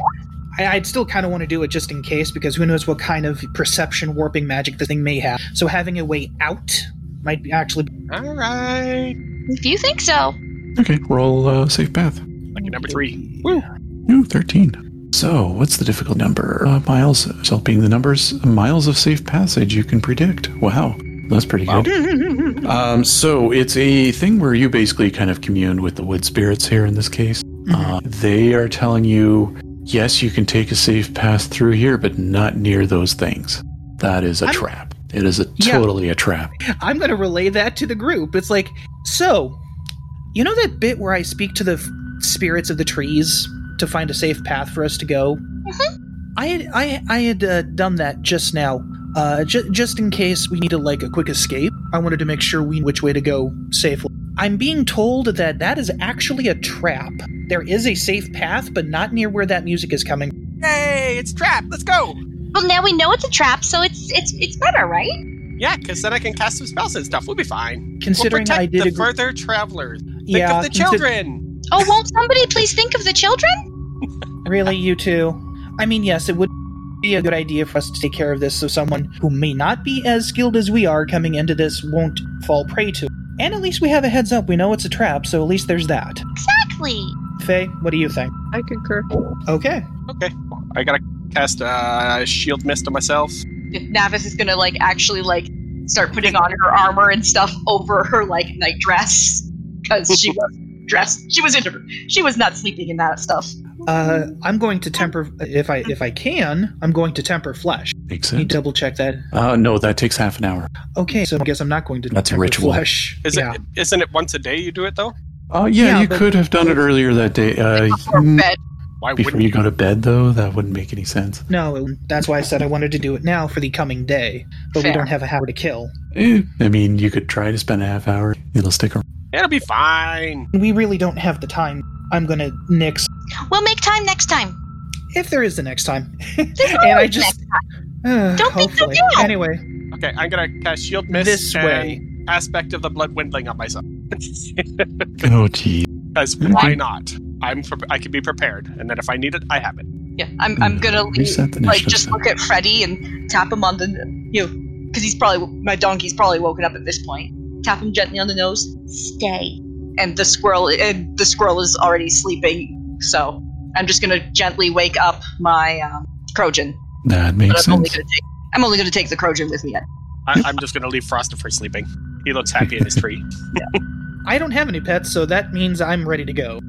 E: I, I'd still kind of want to do it just in case, because who knows what kind of perception warping magic the thing may have. So having a way out might be actually.
D: All right.
C: If you think so.
A: Okay, roll uh, safe path.
D: Like a number three.
A: Ooh, 13. So, what's the difficult number? Uh, miles, so being the numbers, miles of safe passage you can predict. Wow. That's pretty good. um, so, it's a thing where you basically kind of commune with the wood spirits here in this case. Uh, they are telling you, yes, you can take a safe path through here, but not near those things. That is a
E: I'm-
A: trap. It is a
E: Yeah.
A: totally a trap.
E: I'm going to relay that to the group. It's like, so, you know that bit where I speak to the f- spirits of the trees to find a safe path for us to go?
D: Mm-hmm.
E: I had, I, I had uh, done that just now. Uh, ju- just in case we needed like a quick escape, I wanted to make sure we knew which way to go safely. I'm being told that that is actually a trap. There is a safe path, but not near where that music is coming.
D: Yay, it's trap. Let's go.
C: Well, now we know it's a trap, so it's it's it's better, right?
D: Yeah, because then I can cast some spells and stuff. We'll be fine.
E: Considering
D: we'll protect
E: I did,
D: the
E: agree-
D: further travelers. Think
E: yeah,
D: of the
E: consi-
D: children.
C: Oh, won't somebody please think of the children?
E: Really, you two? I mean, yes, it would be a good idea for us to take care of this so someone who may not be as skilled as we are coming into this won't fall prey to. it. And at least we have a heads up. We know it's a trap, so at least there's that.
C: Exactly.
E: Faye, what do you think?
B: I concur.
E: Okay.
D: Okay. I gotta cast uh, shield mist on myself.
G: Navis is gonna like actually like start putting on her armor and stuff over her like night dress because she was dressed. She was in. She was not sleeping in that stuff.
E: Uh, I'm going to temper if I if I can. I'm going to temper flesh.
A: Makes
E: Let me
A: sense.
E: double check that.
A: Uh, no, that takes half an hour.
E: Okay, so I guess I'm not going to.
A: That's a
E: temper
A: ritual.
E: Flesh.
D: Is
E: yeah.
D: it, isn't it once a day you do it though?
A: Uh, yeah,
E: Yeah,
A: you
E: but-
A: could have done it earlier that day. Uh,
G: Before
A: mm,
G: bed.
D: Why
A: Before
D: wouldn't
A: you go to bed, though, that wouldn't make any sense.
E: No, it- that's why I said I wanted to do it now for the coming day, but we
G: Fair.
E: don't have a hour to kill.
A: Eh, I mean, you could try to spend a half hour. It'll stick around.
D: It'll be fine.
E: We really don't have the time. I'm gonna nix
C: We'll make time next time.
E: if there is the next time.
C: There's
E: and I
C: always
E: just
C: next-
E: Ugh,
C: Don't be so
E: hopefully.
C: down.
E: Anyway,
D: Okay, I'm gonna cast shield mist
E: this
D: and
E: way.
D: aspect of the blood windling on myself.
A: Oh, gee.
D: Because
A: Mm-hmm.
D: why not? I'm pre- I can be prepared, and then if I need it, I have it.
G: Yeah, I'm. I'm gonna
A: Reset the
G: like
A: initiative
G: just
A: then.
G: look at Freddy and tap him on the you know because he's probably my donkey's probably woken up at this point. Tap him gently on the nose. Stay. And the squirrel and the squirrel is already sleeping, so I'm just gonna gently wake up my um, Crojan.
A: That
G: But
A: makes
G: I'm only
A: sense.
G: gonna take I'm only gonna take the Crojan with me.
D: I- I'm just gonna leave Frostopher sleeping. He looks happy in his tree.
E: I don't have any pets, so that means I'm ready to go.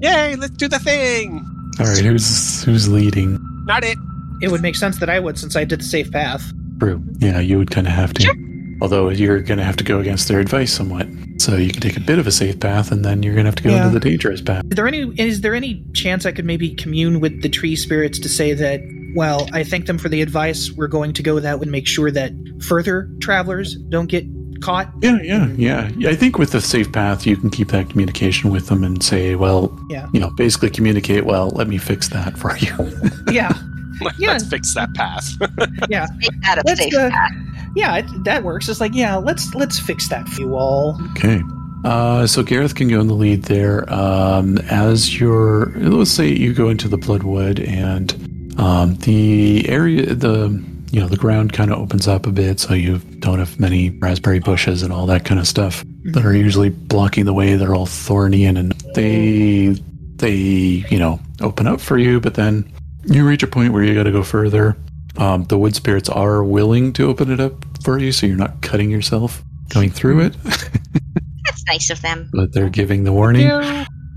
D: Yay! Let's do the thing.
A: All right, who's who's leading?
D: Not it.
E: It would make sense that I would since I did the safe path.
A: True. Yeah, you would kind of have to. Although you're going to have to go against their advice somewhat. So you can take a bit of a safe path, and then you're going to have to go
E: Yeah.
A: into the dangerous path.
E: Is there any is there any chance I could maybe commune with the tree spirits to say that well, I thank them for the advice. We're going to go that would make sure that further travelers don't get caught.
A: Yeah, yeah, yeah. Yeah, I think with the safe path, you can keep that communication with them and say, well,
E: Yeah.
A: you know, basically communicate, well, let me fix that for you.
E: Yeah. Yeah.
D: Let's fix that path.
G: Make that a
E: Let's
G: safe
E: uh,
G: path.
E: Yeah, it, that works. It's like, yeah, let's let's fix that for you all.
A: Okay. Uh, so Gareth can go in the lead there. Um, as your, let's say you go into the Bloodwood and um, the area, the you know, the ground kind of opens up a bit, so you don't have many raspberry bushes and all that kind of stuff that are usually blocking the way. They're all thorny and, and they they you know open up for you, but then you reach a point where you got to go further. Um, the wood spirits are willing to open it up for you, so you're not cutting yourself going through it.
C: That's nice of them.
A: but they're giving the warning.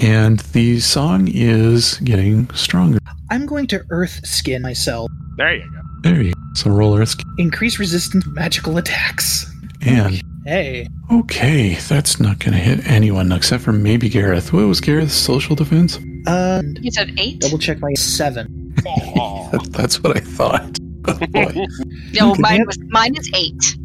A: And the song is getting stronger.
E: I'm going to earth skin myself.
D: There you go.
A: There you go. So roll Earth.
E: Increase resistance to magical attacks.
A: And
E: Hey.
A: okay, that's not going to hit anyone except for maybe Gareth. What was Gareth's social defense?
E: Uh,
C: You said eight?
E: double check my seven.
D: Aw.
A: That- that's what I thought. Oh, boy.
C: No,
E: Okay,
C: mine
E: yep.
C: was mine is eight.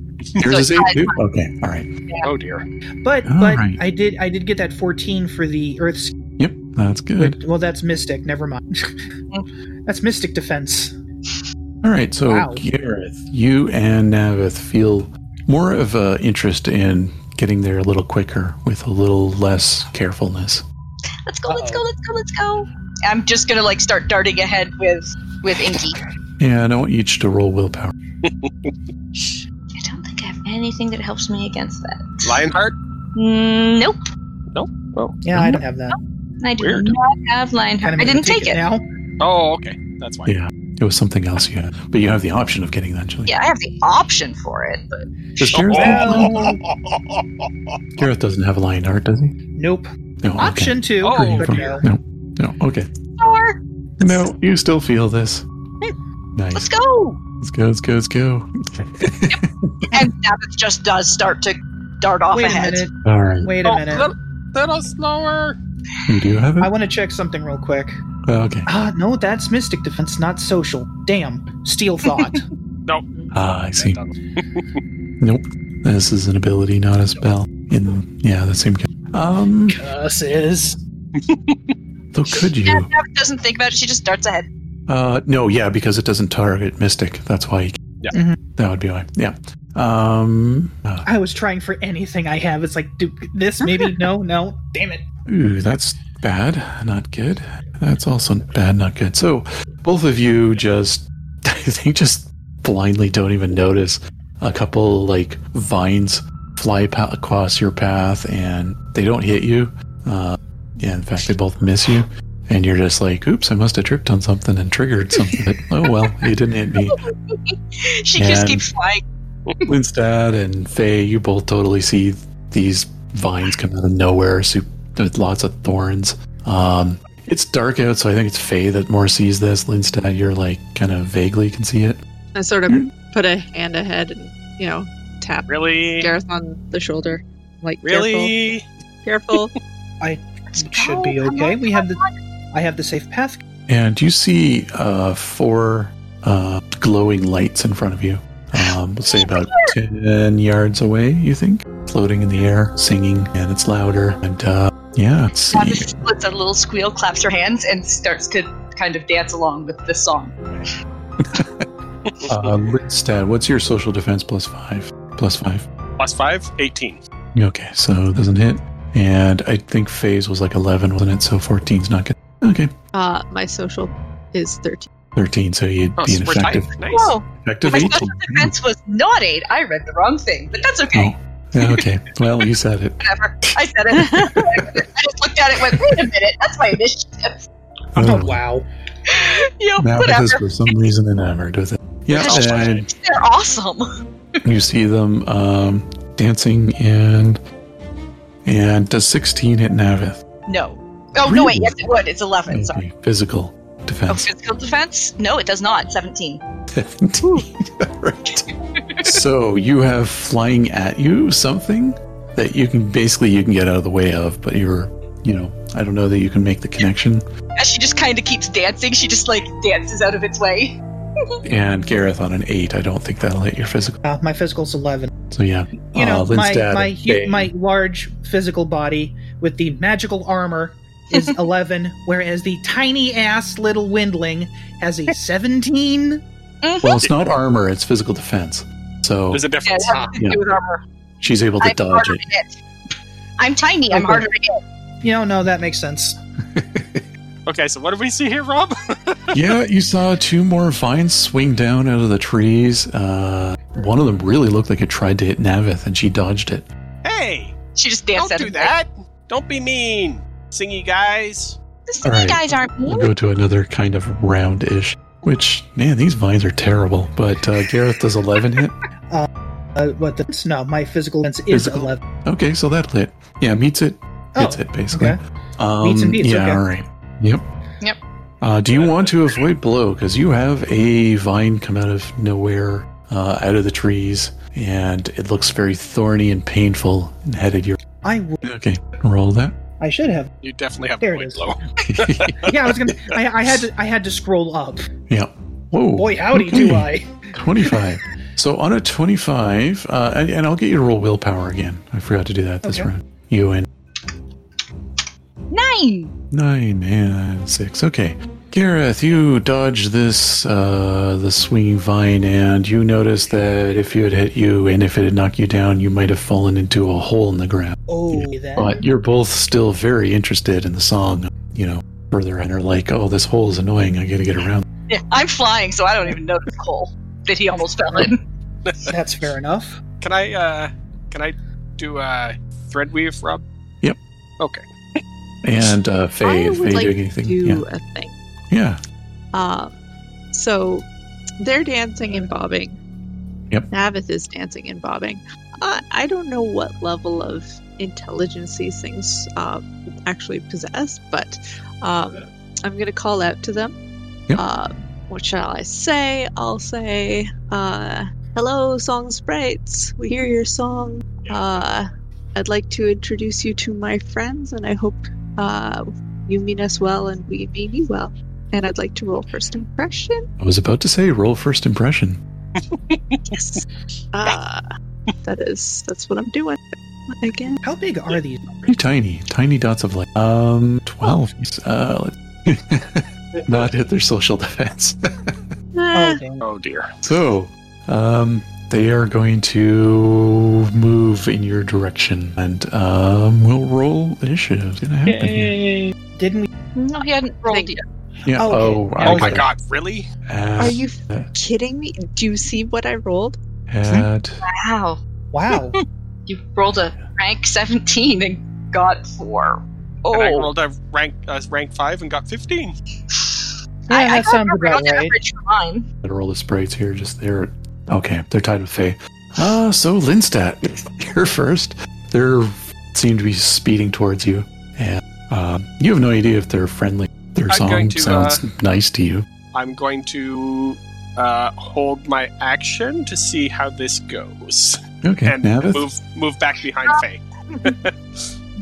A: Yours is eight too. Okay, all right.
D: oh dear.
E: But
A: All
E: but
A: right.
E: I did I did get that fourteen for the earth. skin.
A: Yep, that's good.
E: Well, that's mystic. Never mind. that's mystic defense.
A: All right, so
E: Wow.
A: Gareth, you and Navith feel more of a interest in getting there a little quicker with a little less carefulness.
C: Let's go, let's go,
E: Uh-oh.
C: let's go, let's go.
G: I'm just gonna like start darting ahead with with Inky.
A: And I want you each to roll willpower.
C: I don't think I have anything that helps me against that.
D: Lionheart?
C: Mm, Nope.
E: Yeah,
A: Oh.
E: I don't have that.
C: I do
D: Weird.
C: not have Lionheart. I
E: made me
C: didn't take it.
E: now.
D: Oh, okay. That's fine.
A: Yeah. It was something else you had, but you have the option of getting that. Julie.
C: Yeah, I have the option for it, but
A: Does Gareth,
D: Oh.
E: Well,
A: Gareth doesn't have a lion heart, does he?
E: nope.
A: No. okay.
E: Option two.
D: Oh,
A: Green
E: but
A: from-
E: no.
A: no. No. Okay.
C: Sure.
A: No, you still feel this.
C: Let's
A: Nice.
C: go.
A: Let's go. Let's go. Let's go.
G: and Navith just does start to dart off
E: Wait a
G: ahead.
E: minute.
A: All right.
E: Wait
D: Oh,
E: a minute.
D: little, little slower.
A: You do have it.
E: I want to check something real quick.
A: Oh, okay.
E: Ah, no, that's mystic defense, not social. Damn. Steel thought.
A: Ah, I see.
D: That doesn't-
A: Nope. This is an ability, not a spell. In yeah, the same. ca- Um.
E: Cusses.
A: Though, could
G: Yeah,
A: you?
G: Navith doesn't think about it. She just darts ahead.
A: Uh. No. Yeah, because it doesn't target mystic. That's why. You Mm-hmm.
D: Yeah.
E: Mhm.
A: That would be why. Yeah. Um. uh,
E: I was trying for anything I have. It's like, do this maybe? No, no. Damn it.
A: Ooh, that's bad. Not good. That's also bad. Not good. So, both of you just, I think, just blindly don't even notice a couple like vines fly pa- across your path, and they don't hit you. Uh, yeah, in fact, they both miss you, and you're just like, "Oops, I must have tripped on something and triggered something." oh well, it didn't hit me.
G: She just
A: And-
G: keeps flying.
A: Winstad and Faye, you both totally see these vines come out of nowhere so, with lots of thorns. Um, it's dark out, so I think it's Faye that more sees this. Linstad, you're like kind of vaguely can see it.
B: I sort of put a hand ahead and, you know, tap
D: Really?
B: Gareth on the shoulder. Like,
D: Really?
B: careful, careful.
E: Should be okay. We have the. I have the safe path.
A: And you see uh, four uh, glowing lights in front of you. Um, let's say about 10 yards away, you think? Floating in the air, singing, and it's louder. And uh, yeah, it's.
G: Navith splits a little squeal, claps her hands, and starts to kind of dance along with the song.
A: Uh, Linstad, what's your social defense plus five? Plus five.
D: Plus five, 18.
A: Okay, so it doesn't hit. And I think phase was like 11, wasn't it? So 14's not good. Okay,
B: Uh, my social is 13.
A: 13, so you'd
D: Oh,
A: be
D: so
A: an
D: we're
A: effective,
D: tied. Nice.
G: Whoa!
A: effective
G: Oh My
A: 18.
G: special defense was not eight. I read the wrong thing, but that's okay.
A: Oh. Yeah, okay, well, you said it.
G: Whatever. I said it. I just looked at it and went, wait a minute, that's my initiative.
E: Oh,
A: Oh,
E: wow.
G: You know,
A: Now it
G: whatever.
A: is for some reason enamored with it. Yeah,
G: Gosh.
A: and
G: They're awesome.
A: you see them um, dancing and. And does 16 hit Navith?
G: No. Oh, no, wait,
A: Really?
G: yes, it would. It's 11. Sorry.
A: Okay, Physical
G: Oh,
A: defense.
G: physical defense? No, it does not. 17.
A: 15. right. so you have flying at you something that you can basically you can get out of the way of, but you're you know I don't know that you can make the connection.
G: As she just kind of keeps dancing, she just like dances out of its way.
A: And Gareth on an eight, I don't think that'll hit your physical.
E: Uh, my physical's eleven.
A: So yeah, Uh,
E: You know,
A: Lynn's
E: my
A: dad
E: my
A: and
E: hu-
A: Faye.
E: my large physical body with the magical armor is eleven, whereas the tiny ass little windling has a seventeen.
A: Well, it's not armor; it's physical defense. So
D: There's
A: Oh.
D: a
G: Yeah, it
D: difference.
G: has nothing to do with armor.
A: she's able to
G: I'm
A: dodge
G: harder
A: it.
G: than it.
C: I'm tiny. I'm
E: Okay.
C: harder to get.
E: You know, no, that makes sense.
D: Okay, so what do we see here, Rob?
A: yeah, you saw two more vines swing down out of the trees. Uh, one of them really looked like it tried to hit Navith, and she dodged it.
D: Hey,
C: She just
D: don't
C: danced at
D: do
C: him.
D: that. Don't be mean, singy guys.
C: The
A: All
C: silly
A: right.
C: guys aren't
A: We'll
C: mean.
A: go to another kind of round-ish. Which, man, these vines are terrible. But uh, Gareth does 11 hit.
E: Uh, what the? No, my physical sense is
A: Physical?
E: 11.
A: Okay, so that'll hit. Yeah, meets it.
E: Oh,
A: Hits it, basically.
E: okay.
A: Um,
E: Meets and beats,
A: Yeah,
E: okay.
A: all right. Yep.
G: Yep.
A: Uh, do you want to avoid blow? Because you have a vine come out of nowhere, uh, out of the trees, and it looks very thorny and painful and headed your.
E: I would.
A: Okay, roll that.
E: I should have.
D: You definitely have
E: There
D: a
E: it
D: point
E: is.
D: blow.
E: Yeah, I was gonna. I, I had to. I had to scroll up.
A: yeah. Whoa.
E: Boy, howdy,
A: Okay.
E: do uh, I!
A: 25. so on a 25, uh, and, and I'll get you to roll willpower again. I forgot to do that this
E: Okay.
A: round. You and
C: Nine.
A: Nine and six. Okay. Gareth, you dodge this uh, the swinging vine, and you notice that if you had hit you and if it had knocked you down, you might have fallen into a hole in the ground.
E: Oh, then.
A: But you're both still very interested in the song, you know, further and are like, oh, this hole is annoying. I got to get around.
G: Yeah, I'm flying, so I don't even notice Cole that he almost fell in.
E: That's fair enough.
D: Can I uh can I do uh thread weave, Rob?
A: Yep.
D: Okay.
A: And uh, Faye,
B: I
A: Faye
B: would like
A: doing
B: to
A: anything?
B: do
A: Yeah.
B: a thing.
A: yeah.
B: Um, so they're dancing and bobbing.
A: Yep.
B: Navith is dancing and bobbing. Uh, I don't know what level of intelligence these things um, actually possess, but um, I'm going to call out to them.
A: Yep.
B: Uh, what shall I say? I'll say, uh, hello, song sprites. We hear your song. Uh, I'd like to introduce you to my friends, and I hope uh, you mean us well and we mean you well and I'd like to roll first impression.
A: I was about to say roll first impression.
B: Yes. Uh, that is that's what I'm doing again.
E: How big are these?
A: Pretty tiny, tiny dots of light. Um, 12. Uh, let's- not hit their social defense.
E: Oh,
B: Ah,
E: dang.
D: Oh dear.
A: So, um, they are going to move in your direction, and um, we'll roll initiative. It's gonna happen. here.
E: Didn't we?
G: No, he hadn't rolled
B: Thank
G: yet.
A: Yeah.
E: Okay.
A: Oh,
E: Oh
A: I
D: Oh my
A: got-
D: god, really?
A: At,
B: Are you kidding me? Do you see what I rolled?
A: at
G: Wow,
E: Wow.
G: you rolled a rank 17 and got four.
D: And I
G: Oh,
D: rolled a rank uh, rank five and got fifteen.
E: Yeah, that
G: got
E: sounds
G: around
E: about right.
G: average for mine.
A: I roll the sprites here? Just they're okay. They're tied with Faye. Uh, so Linstat, you're first. They're seem to be speeding towards you, and um, you have no idea if they're friendly. Their
D: I'm
A: song
D: going to, uh,
A: sounds nice to you.
D: I'm going to uh, hold my action to see how this goes,
A: Okay,
D: and
A: Navith.
D: move move back behind
G: Ah.
D: Faye.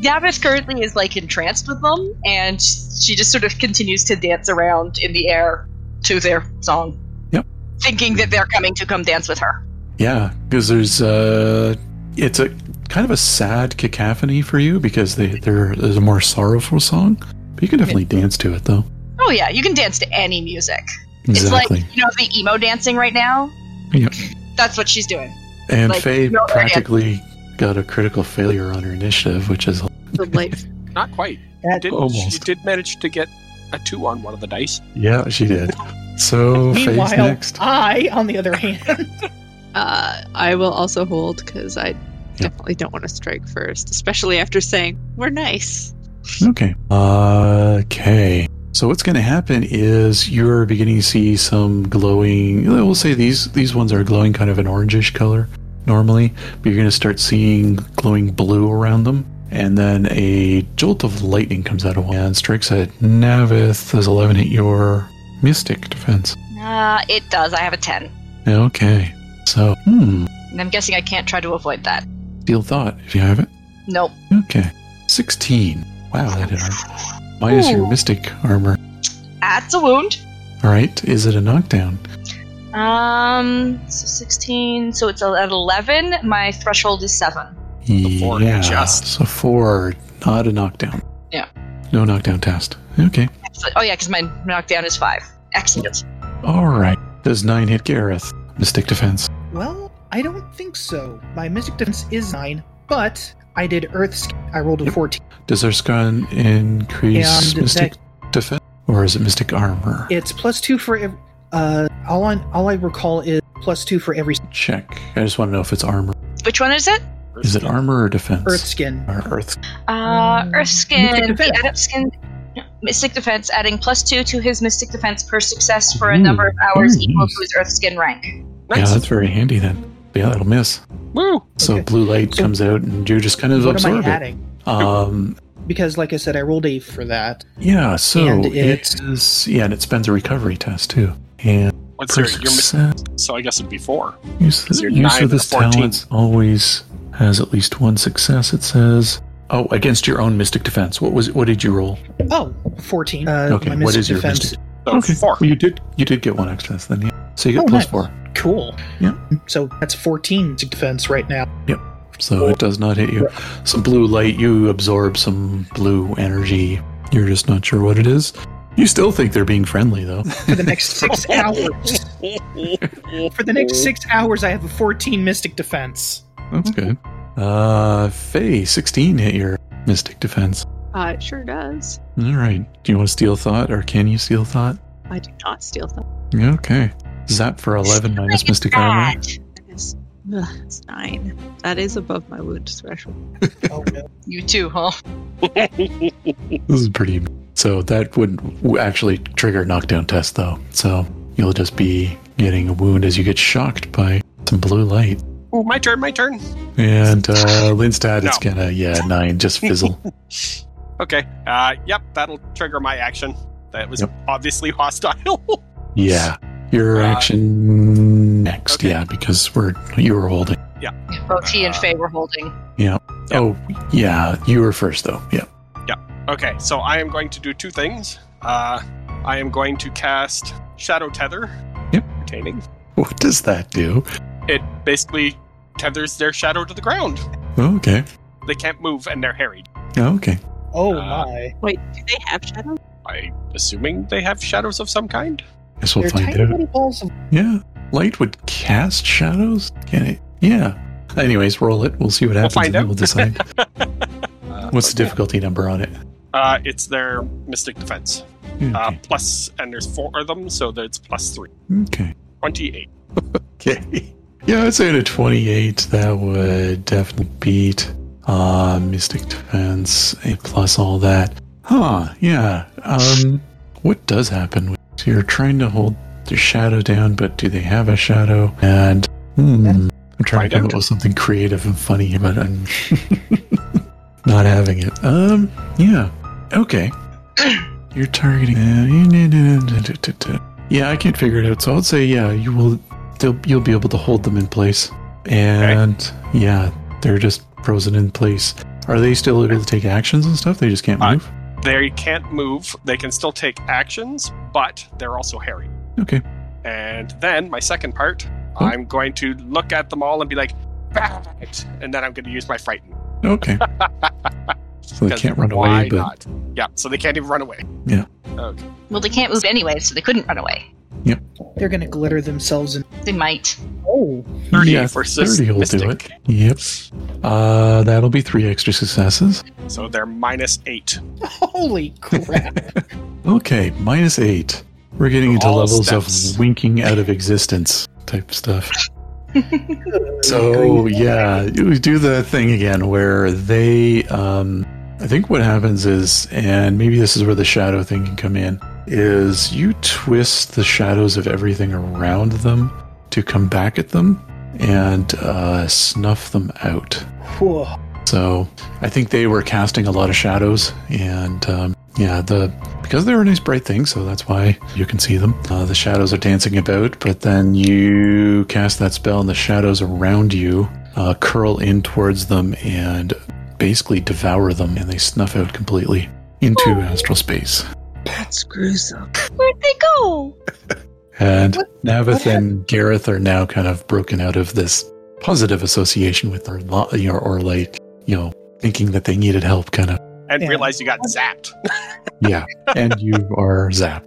G: Davis currently is like entranced with them, and she just sort of continues to dance around in the air to their song.
A: Yep.
G: Thinking that they're coming to come dance with her.
A: Yeah, because there's uh, it's a kind of a sad cacophony for you because they there there's a more sorrowful song, but you can definitely dance to it though.
G: Oh, yeah, you can dance to any music.
A: Exactly.
G: It's like, you know, the emo dancing right now?
A: Yep.
G: That's what she's doing.
A: and
G: like,
A: Faye
G: no, they're
A: practically got a critical failure on her initiative, which is
B: The life.
D: Not quite.
E: That-
D: Did, she
A: Almost.
D: did manage to get a two on one of the dice.
A: yeah, she did. So Faye's
E: Meanwhile,
A: next.
E: I, on the other hand,
B: Uh, I will also hold because I definitely don't want to strike first, especially after saying we're nice.
A: Okay. Okay. So what's going to happen is you're beginning to see some glowing. We'll say these these ones are glowing kind of an orangish color normally, but you're going to start seeing glowing blue around them, and then a jolt of lightning comes out of one and strikes at Navith. Does 11 hit your mystic defense?
G: Uh, it does. I have a 10.
A: Okay. So hmm,
G: And I'm guessing I can't try to avoid that.
A: steel thought if you have it.
G: Nope.
A: Okay. 16. Wow, that hit armor. Minus your
G: Ooh.
A: mystic armor.
G: That's a wound.
A: All right. Is it a knockdown?
G: Um, so 16. So it's at 11. My threshold is 7.
D: four,
A: yeah,
D: just.
A: so four, not a knockdown.
G: Yeah.
A: No knockdown test. Okay.
G: Excellent. Oh, yeah, because my knockdown is 5. Excellent.
A: All right. Does nine hit Gareth? Mystic defense.
E: well, I don't think so. My mystic defense is nine, but I did Earth's. I rolled a
A: Yep.
E: 14.
A: Does our gun increase
E: And
A: mystic defense, or is it mystic armor?
E: It's plus two for every. Uh, all I all I recall is plus two for every
A: Check. I just want to know if it's armor.
C: Which one is it?
A: Is it armor or defense?
E: Earth skin.
A: Or earth.
C: Uh, Earth
E: Mystic
C: Skin. The
E: Defense.
C: adept skin. Mystic Defense, adding plus two to his Mystic Defense per success for a
A: Ooh,
C: number of hours
A: very
C: equal
A: nice.
C: to his Earth Skin rank.
A: Yeah,
D: Nice.
A: that's very handy then. Yeah, that'll miss.
D: Woo!
A: So
E: Okay.
A: blue light
E: So-
A: comes out, and you just kind of
E: What am I
A: absorb it.
E: adding?
A: Um,
E: Because, like I said, I rolled a for that.
A: yeah. So
E: And
A: it
E: it's-
A: is. Yeah, and it spends a recovery test too. And
D: What's your,
A: per
D: your mis-
A: success,
D: so I guess it'd be four.
A: use,
D: is your
A: use
D: nine
A: of this
D: to 14?
A: talent always has at least one success. It says. Oh, against your own mystic defense. What was? What did you roll?
E: Oh, 14. Uh,
A: Okay,
E: my
A: what
E: mystic
A: is your
E: defense.
A: mystic-
D: So Oh, four.
A: Well, you did. You did get one extra then. Yeah. So you get
E: Oh,
A: plus
E: nice.
A: four.
E: Cool.
A: Yeah.
E: So that's 14 mystic defense right now.
A: So it does not hit you. Some blue light, you absorb some blue energy. You're just not sure what it is. You still think they're being friendly, though.
E: For the next
A: Oh.
E: six hours. For the next six hours, I have a 14 mystic defense.
A: That's good. Hmm. Uh, Faye, 16 hit your mystic defense.
B: Uh, it sure does.
A: All right. Do you want to steal thought, or can you steal thought?
B: I do not steal them.
A: Yeah, Okay. Zap for 11 minus mystic armor.
C: That.
B: It's, ugh, it's nine. That is above my wound threshold.
E: Oh, no.
G: You too, huh?
A: This is pretty. So that would w- actually trigger knockdown test, though. So you'll just be getting a wound as you get shocked by some blue light.
D: Ooh, my turn, my turn.
A: And uh, Linstad, it's
D: No.
A: gonna yeah nine, just fizzle.
D: Okay. Uh, yep, that'll trigger my action. That was
A: Yep.
D: obviously hostile.
A: yeah, your
D: Uh,
A: action next.
D: okay.
A: Yeah, because we're you were holding.
G: Both he and
D: Uh,
G: Faye were holding.
D: Yep.
A: Oh yeah, you were first though. Yeah,
D: okay, so I am going to do two things. Uh, I am going to cast Shadow Tether.
A: Yep.
D: Retaining.
A: what does that do?
D: It basically tethers their shadow to the ground.
A: Okay,
D: They can't move and they're harried.
A: okay.
E: Oh,
A: Ah.
D: Uh,
E: my.
B: Wait, do they have shadow?
D: I assuming they have shadows of some kind.
A: Guess we'll
E: They're
A: find
E: tiny
A: out.
E: little balls of.
A: Yeah, light would cast shadows. Can it? Yeah. Anyways, roll it. We'll see what happens. and
D: find
A: then
D: out.
A: we'll decide.
D: Uh,
A: What's the
D: but yeah.
A: difficulty number on it?
D: Uh, it's their mystic defense. Uh,
A: Okay.
D: plus, and there's four of them, so that's plus three.
A: okay.
D: 28.
A: Okay. Yeah, I'd say at a 28, that would definitely beat uh, Mystic Defense eh, plus all that. Huh, yeah. Um, what does happen? when- so You're trying to hold the shadow down, but do they have a shadow? And, hmm, I'm trying
D: Find
A: to come
D: out.
A: up with something creative and funny, here, but I'm not having it. Um, yeah. Okay. You're targeting. uh, Yeah, I can't figure it out. So I'd say, yeah, you will. They'll, you'll be able to hold them in place, and yeah, they're just frozen in place. Are they still able to take actions and stuff? They just can't
D: Uh,
A: move.
D: They can't move. They can still take actions, but they're also harried.
A: okay.
D: And then my second part,
A: Hmm.
D: I'm going to look at them all and be like, "Bat!" and then I'm going to use my frighten.
A: Okay. so they
D: 'Cause
A: can't run
D: why
A: away, but
D: not? yeah, so they can't even run away.
C: Well, they can't move anyway, so they couldn't run away.
E: They're going to glitter themselves and.
C: They might.
E: Oh.
D: Thirty
A: yeah,
D: versus
A: thirty will do it.
D: mystic.
A: Yep. Uh, that'll be three extra successes.
D: So they're minus eight.
E: Holy crap.
A: Okay, minus eight. We're getting into
D: All
A: levels
D: steps.
A: of winking out of existence type stuff. So
E: Green.
A: yeah, we do the thing again where they. Um, I think what happens is, and maybe this is where the shadow thing can come in, is you twist the shadows of everything around them to come back at them and uh, snuff them out.
E: Whoa.
A: So I think they were casting a lot of shadows, and um, yeah, the because they're a nice bright thing, so that's why you can see them. Uh, the shadows are dancing about, but then you cast that spell, and the shadows around you uh, curl in towards them and basically devour them, and they snuff out completely into
E: Oh.
A: astral space.
B: That's gruesome.
C: Where'd they go?
A: And
E: What-
A: Navith
E: what hap-
A: and Gareth are now kind of broken out of this positive association with their, lo- you know, or like, you know, thinking that they needed help, kind of.
D: And
E: Yeah.
D: realize you got zapped.
A: Yeah, and you are zapped.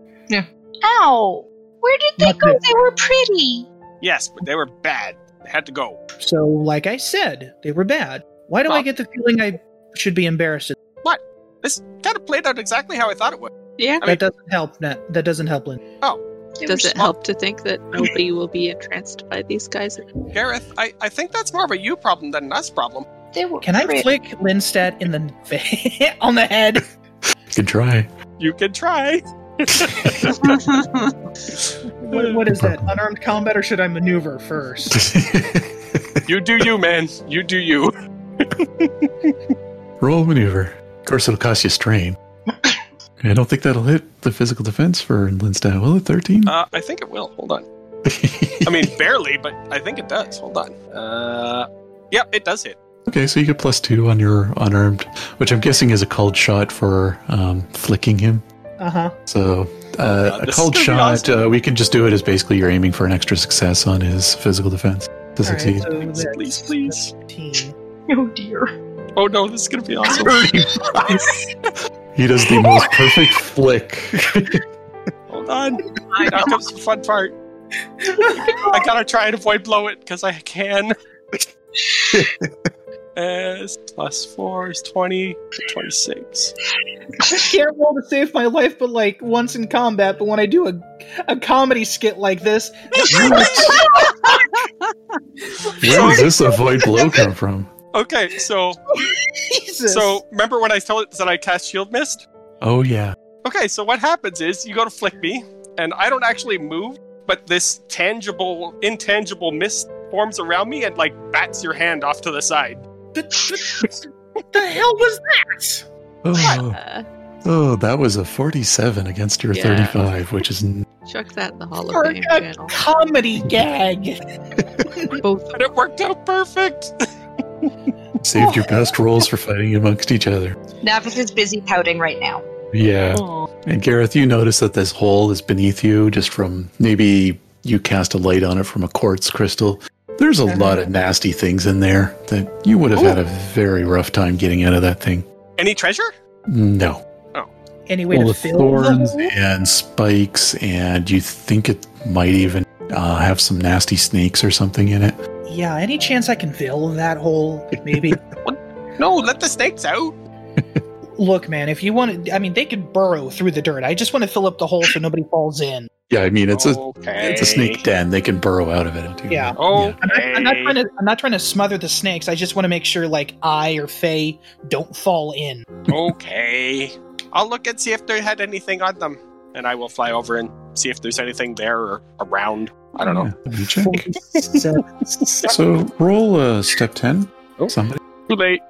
C: Ow! Where did they
E: Not
C: go?
E: good.
C: They were pretty.
D: yes, but they were bad. They had to go.
E: So, like I said, they were bad. Why do I
D: Well-
E: get the feeling I should be embarrassed?
D: This kind of played out exactly how I thought it would. I
B: Yeah.
D: mean-
E: that doesn't help. Nat. That doesn't help, Lynn.
B: Does it help to think that nobody will be entranced by these guys?
D: Gareth, I, I think that's more of a you problem than an us problem.
G: They were
E: Can I
G: pretty-
E: flick Linstat in the on the head?
A: You can try.
D: You can try.
E: What, what is that? Unarmed combat, or should I maneuver first?
D: You do you, man. You do you.
A: Roll maneuver. Of course, it'll cost you strain. I don't think that'll hit the physical defense for Lindstad. Will it? 13?
D: Uh, I think it will. Hold on. I mean, barely, but I think it does. Hold on. Uh, yeah, it does hit.
A: okay, so you get plus two on your unarmed, which I'm guessing is a cold shot for um, flicking him.
E: Uh huh.
A: So uh,
D: God,
A: a
D: this
A: cold
D: is gonna be
A: shot, uh, we can just do it as basically you're aiming for an extra success on his physical defense to succeed.
D: Please, please, please.
E: please.
G: Oh dear.
D: Oh no, this is gonna be awesome.
A: he does the most perfect flick.
D: Hold on. Now comes the fun part. I gotta try and avoid blow it because I can. As plus four is 20, 26.
E: I can't roll to save my life, but like once in combat. But when I do a, a comedy skit like this,
A: Where does this avoid blow come from?
D: Okay, so
E: Jesus.
D: so remember when I told it that I cast shield mist?
A: Oh, yeah.
D: Okay, so what happens is you go to flick me, and I don't actually move, but this tangible, intangible mist forms around me and like bats your hand off to the side.
E: the hell was that?
A: Oh,
B: Uh,
A: oh, that was a 47 against your
B: Yeah.
A: 35, which is n-
B: chuck that in the Hall
E: For
B: of Fame
E: a
B: channel.
E: comedy gag.
B: Both
D: And it worked out perfect.
A: saved your best rolls for fighting amongst each other.
G: Navis is busy pouting right now.
A: Yeah. And Gareth, you notice that this hole is beneath you just from maybe you cast a light on it from a quartz crystal. There's a
E: Mhm.
A: lot of nasty things in there that you would have had a very rough time getting out of that thing.
D: Any treasure?
A: No.
E: Anyway,
A: Full
E: to
A: of
E: fill the
A: thorns
E: hole?
A: and spikes, and you think it might even uh, have some nasty snakes or something in it.
E: Yeah, any chance I can fill that hole? Maybe.
D: No, let the snakes out.
E: Look, man, if you want to, I mean, they could burrow through the dirt. I just want to fill up the hole so nobody falls in.
A: Yeah, I mean, it's a.
D: okay.
A: It's a snake den. They can burrow out of it. too.
E: Yeah.
D: Okay.
E: I'm not, I'm not trying to. I'm not trying to smother the snakes. I just want to make sure, like, I or Faye don't fall in.
D: okay. I'll look and see if they had anything on them, and I will fly over and see if there's anything there or around. I don't know.
A: Yeah, Oh, let me check. So roll a step 10.
D: Oh.
A: Somebody.
D: Too late.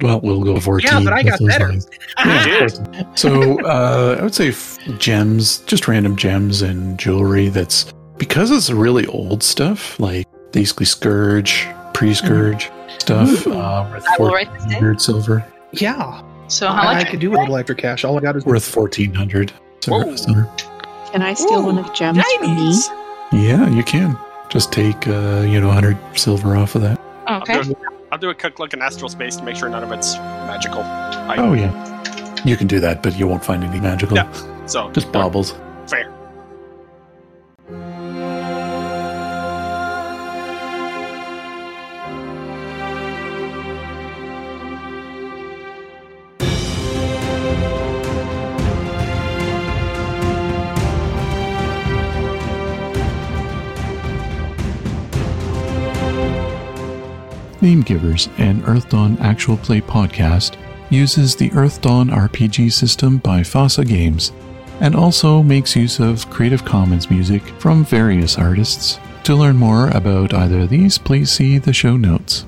A: Well, we'll go 14.
E: Yeah, but I
A: with
E: got
A: those
E: better.
A: lines. Yeah, of course. so uh, I would say f- gems, just random gems and jewelry. That's because it's really old stuff, like basically scourge, pre-scourge stuff. Uh, worth
G: I will
A: four
G: write this down.
A: hundred silver,
E: yeah,
G: So how
E: I, I
G: much?
E: could do with a little extra cash. All I got is
A: worth fourteen hundred.
D: Whoa.
B: Can I steal one of the gems from me?
D: Nice.
A: Yeah, you can just take uh, you know hundred silver off of that.
G: okay.
D: I'll do, a, I'll do a quick look in astral space to make sure none of it's magical. I,
A: Oh yeah, you can do that, but you won't find anything magical.
D: Yeah. So
A: Just baubles.
D: Oh, Fair.
A: Name Givers, an Earth Dawn actual play podcast, uses the Earth Dawn RPG system by FASA Games and also makes use of Creative Commons music from various artists. To learn more about either of these, please see the show notes.